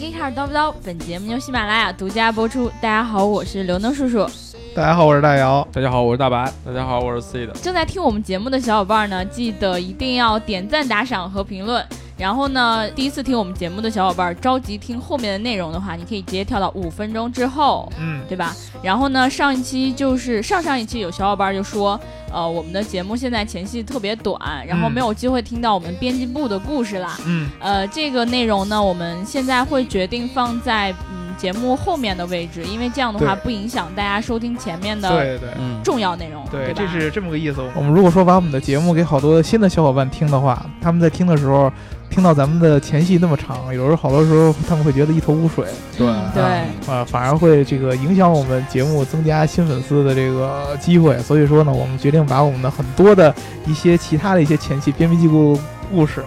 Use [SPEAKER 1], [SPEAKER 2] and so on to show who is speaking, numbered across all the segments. [SPEAKER 1] 给卡叨不叨？本节目由喜马拉雅独家播出。大家好，我是刘能叔叔。
[SPEAKER 2] 大家好，我是大姚。
[SPEAKER 3] 大家好，我是大白。大家好，我是 C 的。
[SPEAKER 1] 正在听我们节目的小伙伴呢，记得一定要点赞、打赏和评论。然后呢，第一次听我们节目的小伙伴，着急听后面的内容的话，你可以直接跳到五分钟之后，
[SPEAKER 2] 嗯，
[SPEAKER 1] 对吧？然后呢，上一期就是上上一期有小伙伴就说，呃，我们的节目现在前戏特别短，然后
[SPEAKER 2] 嗯
[SPEAKER 1] 没有机会听到我们编辑部的故事啦。
[SPEAKER 2] 嗯，
[SPEAKER 1] 呃，这个内容呢，我们现在会决定放在嗯节目后面的位置，因为这样的话
[SPEAKER 2] 对
[SPEAKER 1] 不影响大家收听前面的
[SPEAKER 2] 对对
[SPEAKER 3] 嗯，
[SPEAKER 1] 重要内容，吧？
[SPEAKER 2] 对，这是这么个意思。我们如果说把我们的节目给好多新的小伙伴听的话，他们在听的时候，听到咱们的前戏那么长，有时候好多时候他们会觉得一头雾水，
[SPEAKER 1] 嗯对
[SPEAKER 2] 啊啊，反而会这个影响我们节目增加新粉丝的这个机会。所以说呢，我们决定把我们的很多的一些其他的一些前戏编辑部故事、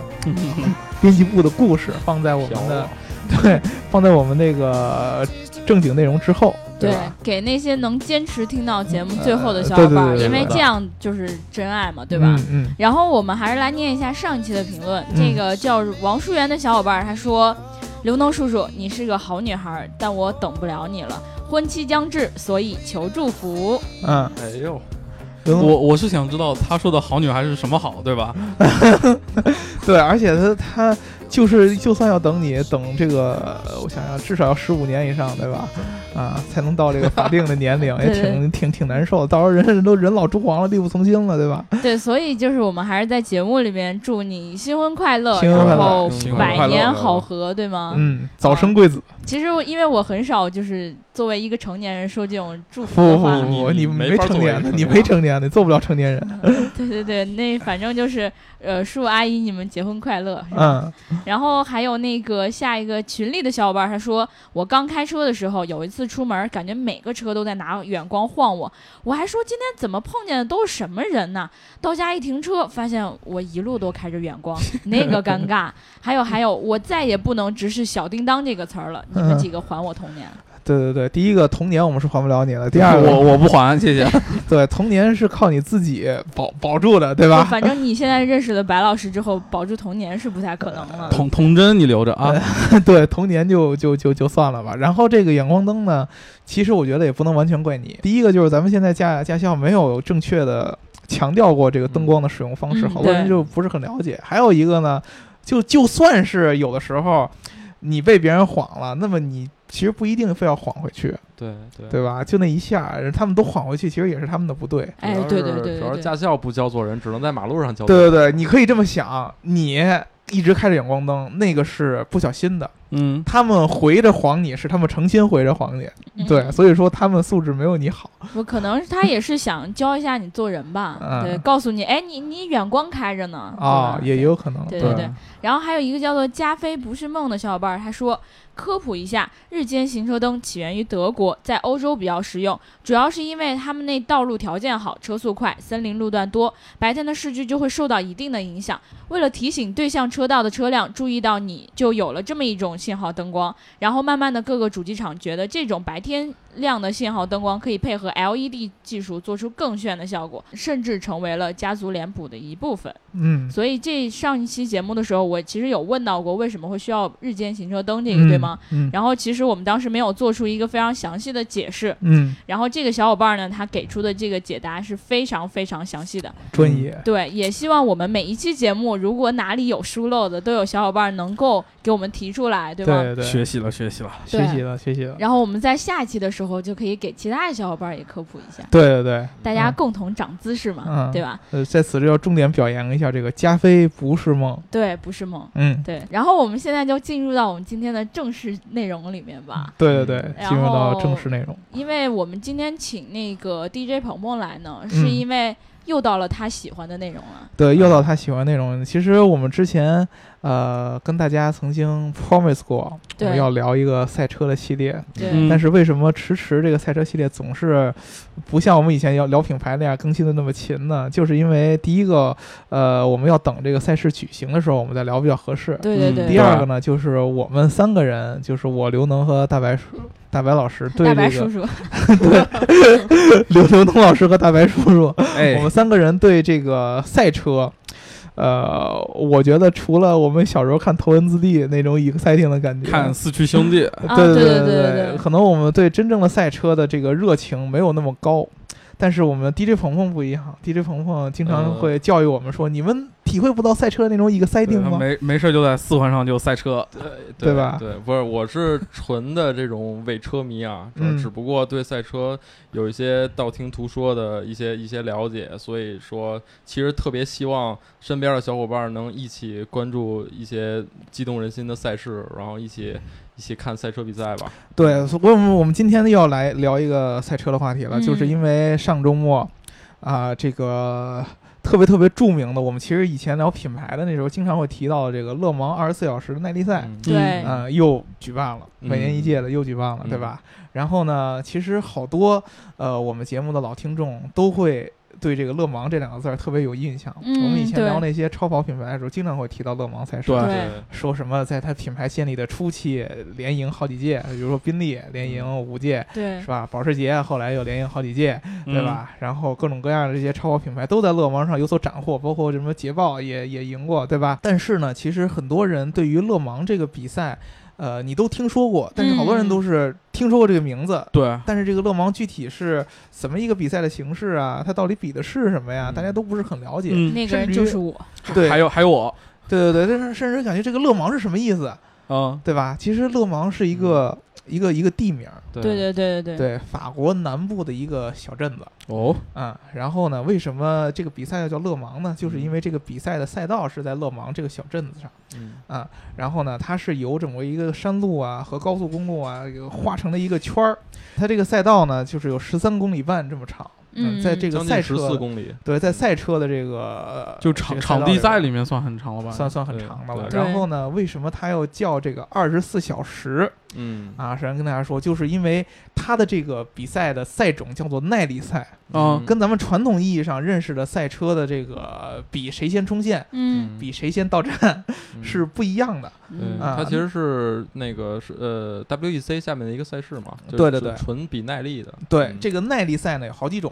[SPEAKER 2] 编辑部的故事放在我们的 对放在我们那个正经内容之后，
[SPEAKER 1] 对
[SPEAKER 2] 吧？，
[SPEAKER 1] 给那些能坚持听到节目最后的
[SPEAKER 2] 呃
[SPEAKER 1] 小伙伴儿，
[SPEAKER 2] 对对对对
[SPEAKER 1] 因为
[SPEAKER 2] 对
[SPEAKER 1] 这样就是真爱嘛，对吧？
[SPEAKER 2] 嗯嗯
[SPEAKER 1] 然后我们还是来念一下上一期的评论，
[SPEAKER 2] 嗯
[SPEAKER 1] 这个叫王淑媛的小伙伴儿他说：“刘能叔叔，你是个好女孩儿，但我等不了你了，婚期将至，所以求祝福。
[SPEAKER 2] 嗯，
[SPEAKER 3] 哎呦，
[SPEAKER 2] 刘总
[SPEAKER 3] 我我是想知道他说的好女孩是什么好，对吧？
[SPEAKER 2] 对，而且他他就是就算要等你等这个，我想想，至少要十五年以上，对吧？啊，才能到这个法定的 年龄，也
[SPEAKER 1] 对对
[SPEAKER 2] 挺挺挺难受的。到时候人人都人老珠黄了，力不从心了，对吧？
[SPEAKER 1] 对，所以就是我们还是在节目里面祝你新婚快乐，
[SPEAKER 2] 新婚快
[SPEAKER 1] 然
[SPEAKER 2] 乐
[SPEAKER 1] 后
[SPEAKER 3] 新婚快乐
[SPEAKER 1] 百年好合，对吗？
[SPEAKER 2] 嗯，早生贵子，
[SPEAKER 1] 其实我因为我很少就是作为一个成年人说这种祝福
[SPEAKER 2] 不
[SPEAKER 1] 的
[SPEAKER 2] 不
[SPEAKER 1] 话，
[SPEAKER 2] 不不，
[SPEAKER 3] 你
[SPEAKER 2] 你
[SPEAKER 3] 没
[SPEAKER 2] 没
[SPEAKER 3] 法
[SPEAKER 2] 成
[SPEAKER 3] 作为
[SPEAKER 2] 年的，
[SPEAKER 3] 成
[SPEAKER 2] 你
[SPEAKER 3] 年
[SPEAKER 2] 没成年的，你做不了成年人。
[SPEAKER 1] 对对对，那反正就是呃，叔阿姨你们结婚快乐。是吧
[SPEAKER 2] 嗯
[SPEAKER 1] 然后还有那个下一个群里的小伙伴，他说我刚开车的时候，有一次出门，感觉每个车都在拿远光晃我，我还说今天怎么碰见的都是什么人呢？到家一停车，发现我一路都开着远光，那个尴尬。 还有还有，我再也不能直视“小叮当”这个词儿了。你们几个还我童年。
[SPEAKER 2] 对对对，第一个童年我们是还不了你的，第二个
[SPEAKER 3] 我我不 还，谢谢。
[SPEAKER 2] 对童年是靠你自己保保住的，对
[SPEAKER 1] 就
[SPEAKER 2] 吧？
[SPEAKER 1] 反正你现在认识了白老师之后，保住童年是不太可能了。
[SPEAKER 3] 童童真你留着啊，
[SPEAKER 2] 对，童年就就就就算了吧。然后这个远光灯呢，其实我觉得也不能完全怪你。第一个就是咱们现在驾驾校没有正确的强调过这个灯光的使用方式，
[SPEAKER 1] 嗯
[SPEAKER 2] 好多人
[SPEAKER 1] 对
[SPEAKER 2] 就不是很了解。还有一个呢，就就算是有的时候你被别人晃了，那么你其实不一定非要晃回去，
[SPEAKER 3] 对对
[SPEAKER 2] 对吧？就那一下，他们都晃回去，其实也是他们的不对。
[SPEAKER 1] 哎
[SPEAKER 3] 主要，是
[SPEAKER 1] 对对对
[SPEAKER 3] 主要是
[SPEAKER 1] 对对，
[SPEAKER 3] 驾校不教做人，只能在马路上教做
[SPEAKER 2] 对
[SPEAKER 3] 人。
[SPEAKER 2] 对对，你可以这么想，你一直开着远光灯，那个是不小心的。
[SPEAKER 3] 嗯，
[SPEAKER 2] 他们回着晃你是他们诚心回着晃你，
[SPEAKER 1] 嗯
[SPEAKER 2] 对，所以说他们素质没有你好。
[SPEAKER 1] 我可能是他也是想教一下你做人吧，
[SPEAKER 2] 嗯
[SPEAKER 1] 对，告诉你，哎，你你远光开着呢
[SPEAKER 2] 啊，
[SPEAKER 1] 对吧
[SPEAKER 2] 也有可能。
[SPEAKER 1] 对
[SPEAKER 2] 对
[SPEAKER 1] 对，然后还有一个叫做“加菲不是梦”的小伙伴儿，他说科普一下，日间行车灯起源于德国，在欧洲比较实用，主要是因为他们那道路条件好，车速快，森林路段多，白天的视距就会受到一定的影响。为了提醒对向车道的车辆注意到你，就有了这么一种信号灯光。然后慢慢的，各个主机厂觉得这种白天亮的信号灯光可以配合 LED 技术做出更炫的效果，甚至成为了家族脸谱的一部分。
[SPEAKER 2] 嗯，
[SPEAKER 1] 所以这上一期节目的时候，我其实有问到过为什么会需要日间行车灯这
[SPEAKER 2] 这
[SPEAKER 1] 个，对吗？？
[SPEAKER 2] 嗯
[SPEAKER 1] 然后其实我们当时没有做出一个非常详细的解释。
[SPEAKER 2] 嗯，
[SPEAKER 1] 然后这个小伙伴呢，他给出的这个解答是非常非常详细的。
[SPEAKER 2] 专业。
[SPEAKER 1] 对，也希望我们每一期节目，如果哪里有疏漏的，都有小伙伴能够给我们提出来，对吗？
[SPEAKER 2] 对对，
[SPEAKER 3] 学习了学习了。
[SPEAKER 2] 学习了，学习了。
[SPEAKER 1] 然后我们在下期的时候就可以给其他的小伙伴也科普一下，
[SPEAKER 2] 对对对，
[SPEAKER 1] 大家共同长知识嘛，
[SPEAKER 2] 嗯
[SPEAKER 1] 对吧？
[SPEAKER 2] 呃，在此就要重点表扬一下这个加菲不是梦。
[SPEAKER 1] 对，不是梦。
[SPEAKER 2] 嗯，
[SPEAKER 1] 对，然后我们现在就进入到我们今天的正式内容里面吧。
[SPEAKER 2] 对对对，
[SPEAKER 1] 啊嗯然
[SPEAKER 2] 进入到
[SPEAKER 1] 后
[SPEAKER 2] 正式内容。
[SPEAKER 1] 因为我们今天请那个 DJ 鹏鹏来呢，
[SPEAKER 2] 嗯
[SPEAKER 1] 是因为又到了他喜欢的内容了。
[SPEAKER 2] 对，又到他喜欢内容。其实我们之前呃跟大家曾经 promise 过，我们
[SPEAKER 1] 对
[SPEAKER 2] 要聊一个赛车的系列。
[SPEAKER 1] 对，
[SPEAKER 3] 嗯
[SPEAKER 2] 但是为什么迟迟这个赛车系列总是不像我们以前要聊品牌那样更新的那么勤呢？就是因为第一个，呃，我们要等这个赛事举行的时候，我们再聊比较合适。
[SPEAKER 1] 对对对，
[SPEAKER 2] 嗯第二个呢，就是我们三个人，就是我刘能和大白叔、大白老师对
[SPEAKER 1] 大白
[SPEAKER 2] 这
[SPEAKER 1] 叔
[SPEAKER 2] 个
[SPEAKER 1] 叔，
[SPEAKER 2] 刘刘能老师和大白叔叔，
[SPEAKER 3] 哎
[SPEAKER 2] 我们三个人对这个赛车。呃，我觉得除了我们小时候看头文字 D 那种 exciting 的感觉，
[SPEAKER 3] 看四驱兄弟，
[SPEAKER 1] 啊
[SPEAKER 2] 对
[SPEAKER 1] 对
[SPEAKER 2] 对
[SPEAKER 1] 对对对
[SPEAKER 2] 可能我们对真正的赛车的这个热情没有那么高，但是我们 DJ 鹏鹏不一样，DJ 鹏鹏经常
[SPEAKER 3] 嗯
[SPEAKER 2] 会教育我们说，你们体会不到赛车那种 exciting 吗？
[SPEAKER 3] 没没事就在四环上就赛车，对
[SPEAKER 2] 对吧
[SPEAKER 3] 对，不是，我是纯的这种伪车迷啊，
[SPEAKER 2] 嗯
[SPEAKER 3] 只只不过对赛车有一些道听途说的一些一些了解，所以说其实特别希望身边的小伙伴能一起关注一些激动人心的赛事，然后一起一起看赛车比赛吧。
[SPEAKER 2] 对，所以我们我们今天又要来聊一个赛车的话题了，
[SPEAKER 1] 嗯
[SPEAKER 2] 就是因为上周末啊、这个特别特别著名的，我们其实以前聊品牌的那时候经常会提到的这个勒芒二十四小时的耐力赛，
[SPEAKER 3] 嗯
[SPEAKER 1] 对
[SPEAKER 2] 啊、又举办了，
[SPEAKER 3] 嗯
[SPEAKER 2] 每年一届的又举办了，
[SPEAKER 3] 嗯
[SPEAKER 2] 对吧？然后呢，其实好多呃，我们节目的老听众都会对这个勒芒这两个字儿特别有印象。
[SPEAKER 1] 嗯
[SPEAKER 2] 我们以前
[SPEAKER 1] 对
[SPEAKER 2] 聊那些超跑品牌的时候，经常会提到勒芒赛事。
[SPEAKER 3] 对
[SPEAKER 1] 对
[SPEAKER 2] 说什么在它品牌建立的初期连赢好几届，比如说宾利连
[SPEAKER 3] 嗯
[SPEAKER 2] 赢五届，
[SPEAKER 1] 对
[SPEAKER 2] 是吧？保时捷后来又连赢好几届，对？
[SPEAKER 3] 嗯
[SPEAKER 2] 吧？然后各种各样的这些超跑品牌都在勒芒上有所斩获，包括什么捷豹也也赢过，对吧？但是呢，其实很多人对于勒芒这个比赛，呃，你都听说过，但是好多人
[SPEAKER 1] 嗯
[SPEAKER 2] 都是听说过这个名字。
[SPEAKER 3] 对，
[SPEAKER 2] 但是这个勒芒具体是怎么一个比赛的形式啊？它到底比的是什么呀？
[SPEAKER 3] 嗯
[SPEAKER 2] 大家都不是很了解。
[SPEAKER 3] 嗯，
[SPEAKER 1] 那个人就是我，
[SPEAKER 2] 对
[SPEAKER 3] 还有还有我，
[SPEAKER 2] 对对对，但是甚至感觉这个勒芒是什么意思，
[SPEAKER 3] 嗯，
[SPEAKER 2] 对吧？其实勒芒是一个、一个一个地名儿，
[SPEAKER 3] 对
[SPEAKER 1] 对对对对对，
[SPEAKER 2] 对，法国南部的一个小镇子。
[SPEAKER 3] 哦，
[SPEAKER 2] 啊、然后呢，为什么这个比赛要叫勒芒呢？就是因为这个比赛的赛道是在勒芒这个小镇子上
[SPEAKER 3] 嗯
[SPEAKER 2] 啊、然后呢，它是由整个一个山路啊和高速公路啊给画成了一个圈儿。它这个赛道呢，就是有十三公里半这么长。
[SPEAKER 1] 嗯
[SPEAKER 2] 在这个
[SPEAKER 3] 将
[SPEAKER 2] 赛
[SPEAKER 3] 近十
[SPEAKER 2] 车
[SPEAKER 3] 四公里，
[SPEAKER 2] 对，在赛车的这个呃
[SPEAKER 3] 就
[SPEAKER 2] 这
[SPEAKER 3] 场
[SPEAKER 2] 个
[SPEAKER 3] 场
[SPEAKER 2] 道
[SPEAKER 3] 地赛
[SPEAKER 2] 边
[SPEAKER 3] 里面算很长了吧？
[SPEAKER 2] 算算很
[SPEAKER 3] 对
[SPEAKER 2] 长的了。
[SPEAKER 3] 对
[SPEAKER 2] 然后呢，为什么它要叫这个二十四小时
[SPEAKER 3] 嗯
[SPEAKER 2] 啊？实际上跟大家说，就是因为它的这个比赛的赛种叫做耐力赛。
[SPEAKER 3] 嗯
[SPEAKER 2] 跟咱们传统意义上认识的赛车的这个比谁先冲线、
[SPEAKER 1] 嗯
[SPEAKER 2] 比谁先到站
[SPEAKER 3] 嗯
[SPEAKER 2] 是不一样的。
[SPEAKER 3] 对，
[SPEAKER 1] 嗯
[SPEAKER 2] 啊
[SPEAKER 3] 它其实是那个是呃 WEC 下面的一个赛事嘛，就是
[SPEAKER 2] 对对对
[SPEAKER 3] 纯比耐力的，
[SPEAKER 2] 对
[SPEAKER 3] 嗯，
[SPEAKER 2] 这个耐力赛呢有好几种，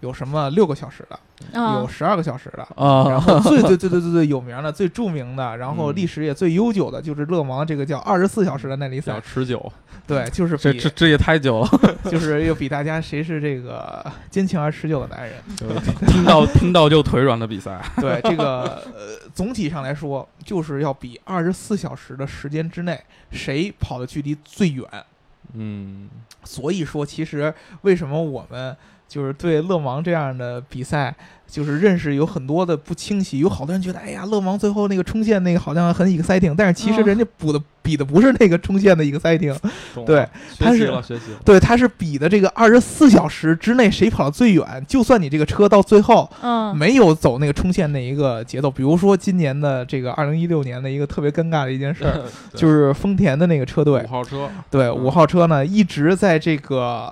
[SPEAKER 2] 有什么六个小时的，
[SPEAKER 1] 啊
[SPEAKER 2] 有十二个小时的。 然
[SPEAKER 3] 啊，
[SPEAKER 2] 后最最最最最最有名的、最著名的，然后
[SPEAKER 3] 嗯
[SPEAKER 2] 历史也最悠久的，就是勒芒这个叫二十四小时的耐力
[SPEAKER 3] 比较
[SPEAKER 2] 赛。
[SPEAKER 3] 持久，
[SPEAKER 2] 对，就是
[SPEAKER 3] 这这
[SPEAKER 2] 比
[SPEAKER 3] 这也太久了，
[SPEAKER 2] 就是又比大家谁是这个 坚强而持久的男人。
[SPEAKER 3] 听到听到就腿软的比赛，
[SPEAKER 2] 对这个呃，总体上来说，就是要比二十四小时的时间之内，谁跑的距离最远。
[SPEAKER 3] 嗯，
[SPEAKER 2] 所以说，其实为什么我们就是对勒芒这样的比赛，就是认识有很多的不清晰，有好多人觉得，哎呀，勒芒最后那个冲线那个好像很 exciting，但是其实
[SPEAKER 1] 嗯
[SPEAKER 2] 人家补的、比的不是那个冲线的 exciting，
[SPEAKER 3] 懂了
[SPEAKER 2] 对，它
[SPEAKER 3] 学习
[SPEAKER 2] 是
[SPEAKER 3] 了学习 了，
[SPEAKER 2] 对，它是比的这个二十四小时之内谁跑得最远，就算你这个车到最后
[SPEAKER 1] 嗯
[SPEAKER 2] 没有走那个冲线那一个节奏，比如说今年的这个二零一六年的一个特别尴尬的一 件事 儿，
[SPEAKER 3] 嗯对
[SPEAKER 2] 就是丰田的那个车队
[SPEAKER 3] 五，号 嗯车，
[SPEAKER 2] 对，五号车呢一直在这个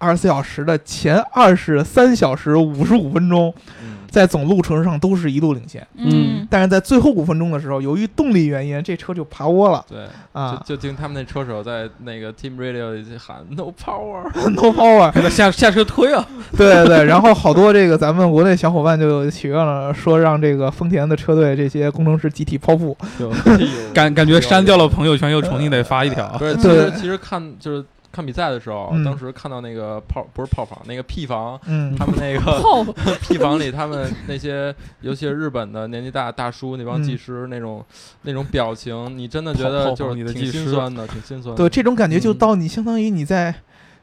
[SPEAKER 2] 二十四小时的前二十三小时五十五分钟，
[SPEAKER 3] 嗯
[SPEAKER 2] 在总路程上都是一路领先，
[SPEAKER 1] 嗯
[SPEAKER 2] 但是在最后五分钟的时候，由于动力原因，这车就爬窝了
[SPEAKER 3] 对，
[SPEAKER 2] 啊
[SPEAKER 3] 就就听他们那车手在那个 Team Radio 里喊 No Power，
[SPEAKER 2] ，no power，
[SPEAKER 3] 给他下下车推啊，
[SPEAKER 2] 对对对，然后好多这个咱们国内小伙伴就许愿了，说让这个丰田的车队这些工程师集体抛物，
[SPEAKER 3] 就哎呦
[SPEAKER 4] 感感觉删掉了朋友圈，又重新得发一条
[SPEAKER 3] 呃不。是，其
[SPEAKER 2] 嗯对
[SPEAKER 3] 实其实看就是看比赛的时候
[SPEAKER 2] 嗯，
[SPEAKER 3] 当时看到那个炮不是炮房，那个 P 房，
[SPEAKER 2] 嗯
[SPEAKER 3] 他们那个
[SPEAKER 1] 后
[SPEAKER 3] P 房里他们那些，尤其是日本的年纪大大叔那帮技
[SPEAKER 2] 嗯
[SPEAKER 3] 师那种、那种表情，你真的觉
[SPEAKER 4] 泡泡
[SPEAKER 3] 得
[SPEAKER 4] 泡
[SPEAKER 3] 就是
[SPEAKER 4] 你的
[SPEAKER 3] 挺
[SPEAKER 4] 技
[SPEAKER 3] 心
[SPEAKER 4] 师
[SPEAKER 3] 酸的，挺心酸的。
[SPEAKER 2] 对，这种感觉就
[SPEAKER 3] 嗯
[SPEAKER 2] 到你相当于你在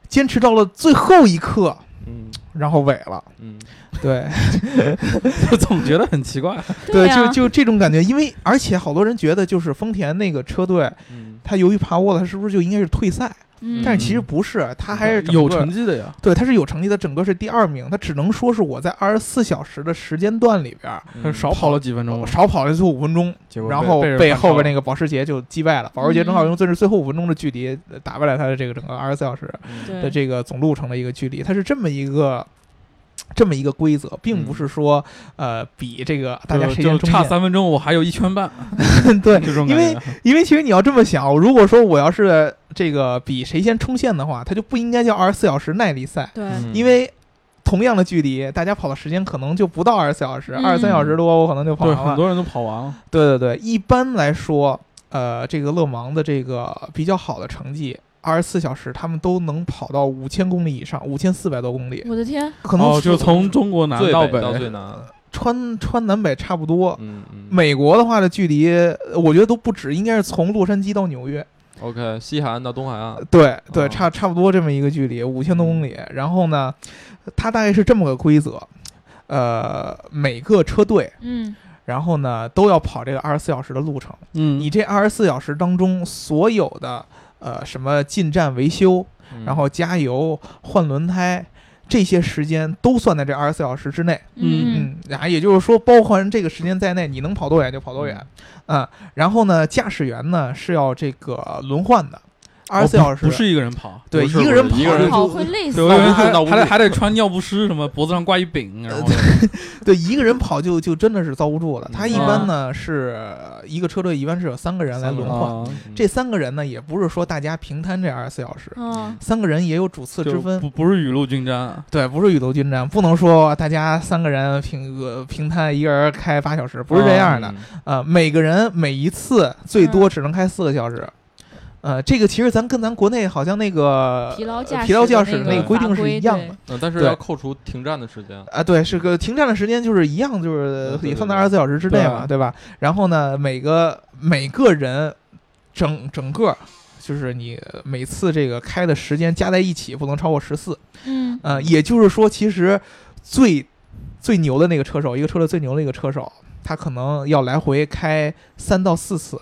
[SPEAKER 2] 坚持到了最后一刻，
[SPEAKER 3] 嗯
[SPEAKER 2] 然后萎了，
[SPEAKER 3] 嗯，
[SPEAKER 2] 对。
[SPEAKER 4] 我总觉得很奇怪。
[SPEAKER 2] 对，
[SPEAKER 1] 呀
[SPEAKER 2] 就就这种感觉，因为而且好多人觉得就是丰田那个车队，
[SPEAKER 3] 嗯，
[SPEAKER 2] 它由于爬窝了，它是不是就应该是退赛？
[SPEAKER 1] 嗯
[SPEAKER 2] 但是其实不是，它还是整 个
[SPEAKER 4] 有成绩的呀，
[SPEAKER 2] 对，它是有成绩的，整个是第二名，它只能说是我在二十四小时的时间段里边儿
[SPEAKER 3] 嗯
[SPEAKER 4] 少跑了几分钟，
[SPEAKER 2] 少跑了最后五分钟，
[SPEAKER 4] 结果被
[SPEAKER 2] 然后
[SPEAKER 4] 被人
[SPEAKER 2] 被
[SPEAKER 4] 反
[SPEAKER 2] 后边
[SPEAKER 4] 超
[SPEAKER 2] 那个保时捷就击败了，保时捷正好用最是最后五分钟的距离呃打败了它的这个整个二十四小时
[SPEAKER 3] 嗯
[SPEAKER 2] 的
[SPEAKER 1] 对
[SPEAKER 2] 这个总路程的一个距离，它是这么一个。这么一个规则，并不是说，呃，比这个大
[SPEAKER 4] 嗯
[SPEAKER 2] 家
[SPEAKER 4] 就
[SPEAKER 2] 谁
[SPEAKER 4] 就
[SPEAKER 2] 先冲
[SPEAKER 4] 差
[SPEAKER 2] 线
[SPEAKER 4] 三分钟，我还有一圈半，
[SPEAKER 2] 对，
[SPEAKER 4] 就这种
[SPEAKER 2] 因
[SPEAKER 4] 感
[SPEAKER 2] 为
[SPEAKER 4] 觉。
[SPEAKER 2] 因为其实你要这么想，如果说我要是这个比谁先冲线的话，它就不应该叫二十四小时耐力赛，
[SPEAKER 1] 对
[SPEAKER 3] 嗯
[SPEAKER 2] 因为同样的距离，大家跑的时间可能就不到二十四小时，
[SPEAKER 1] 嗯
[SPEAKER 2] 二十三小时多我可能就跑
[SPEAKER 4] 对，
[SPEAKER 2] 完
[SPEAKER 4] 很
[SPEAKER 2] 了。
[SPEAKER 4] 多人都跑完了。
[SPEAKER 2] 对对对，一般来说，呃，这个勒芒的这个比较好的成绩。二十四小时，他们都能跑到五千公里以上，五千四百多公里，
[SPEAKER 1] 我的天，
[SPEAKER 2] 可能
[SPEAKER 4] 哦，就从中国南
[SPEAKER 3] 最
[SPEAKER 4] 到
[SPEAKER 3] 北到最 南，
[SPEAKER 2] 川川南北差不多。
[SPEAKER 3] 嗯嗯
[SPEAKER 2] 美国的话的距离，呃我觉得都不止，应该是从洛杉矶到纽约，
[SPEAKER 3] ，OK，西海岸到东海岸，
[SPEAKER 2] 对对，
[SPEAKER 3] 哦
[SPEAKER 2] 差差不多这么一个距离，五千多公
[SPEAKER 3] 嗯
[SPEAKER 2] 里。然后呢，它大概是这么个规则，呃，每个车队，
[SPEAKER 1] 嗯，
[SPEAKER 2] 然后呢都要跑这个二十四小时的路程。
[SPEAKER 4] 嗯，
[SPEAKER 2] 你这二十四小时当中，所有的呃什么进站维修，
[SPEAKER 3] 嗯
[SPEAKER 2] 然后加油、换轮胎这些时间都算在这二十四小时之内。
[SPEAKER 1] 嗯
[SPEAKER 2] 嗯，然后也就是说，包含这个时间在内，你能跑多远就跑多远，
[SPEAKER 1] 嗯
[SPEAKER 2] 啊、然后呢，驾驶员呢是要这个轮换的，二十四
[SPEAKER 4] 哦
[SPEAKER 2] 小
[SPEAKER 4] 不
[SPEAKER 2] 时。
[SPEAKER 4] 不是一个人跑，
[SPEAKER 2] 对
[SPEAKER 3] 不是
[SPEAKER 2] 一个人
[SPEAKER 3] 不是一
[SPEAKER 2] 跑
[SPEAKER 3] 个人
[SPEAKER 2] 就
[SPEAKER 1] 跑会累死
[SPEAKER 4] 对，我以为还
[SPEAKER 3] 闹不住
[SPEAKER 4] 还得还得穿尿不湿什么，脖子上挂一饼，
[SPEAKER 2] 呃
[SPEAKER 4] 然后
[SPEAKER 2] 对一个人跑就就真的是遭不住了。他一般
[SPEAKER 1] 嗯
[SPEAKER 2] 呢是一个车队一般是有三个人来
[SPEAKER 3] 三个
[SPEAKER 2] 轮
[SPEAKER 3] 人
[SPEAKER 2] 换，
[SPEAKER 4] 啊
[SPEAKER 3] 嗯
[SPEAKER 2] 这三个人呢也不是说大家平摊这二十四小时，
[SPEAKER 1] 嗯，
[SPEAKER 2] 三个人也有主次之
[SPEAKER 4] 就
[SPEAKER 2] 分。
[SPEAKER 4] 不不是雨露均沾啊。
[SPEAKER 2] 对，不是雨露均沾，不能说大家三个人平呃平摊，一个人开八小时，不是这样
[SPEAKER 3] 嗯
[SPEAKER 2] 的。，呃，每个人每一次最多只能开四个小时。呃，这个其实咱跟咱国内好像那个
[SPEAKER 1] 疲劳驾
[SPEAKER 2] 疲劳驾驶
[SPEAKER 1] 驶
[SPEAKER 2] 的
[SPEAKER 1] 的那
[SPEAKER 2] 那个
[SPEAKER 1] 个
[SPEAKER 2] 规定
[SPEAKER 1] 法
[SPEAKER 2] 是
[SPEAKER 1] 规
[SPEAKER 2] 一样
[SPEAKER 1] 对
[SPEAKER 2] 的
[SPEAKER 3] 嗯，但是
[SPEAKER 2] 对
[SPEAKER 3] 要扣除停站的时间，
[SPEAKER 2] 啊，对，是个停站的时间就是一样，就是
[SPEAKER 3] 对嗯对
[SPEAKER 2] 也算在
[SPEAKER 3] 对啊
[SPEAKER 2] 二十四小时之内嘛，
[SPEAKER 4] 对
[SPEAKER 2] 对吧？然后呢，每个每个人整整个就是你每次这个开的时间加在一起不能超过十四，
[SPEAKER 1] 嗯
[SPEAKER 2] 呃，也就是说，其实最最牛的那个车手，一个车队最牛的一个车手，他可能要来回开三到四次，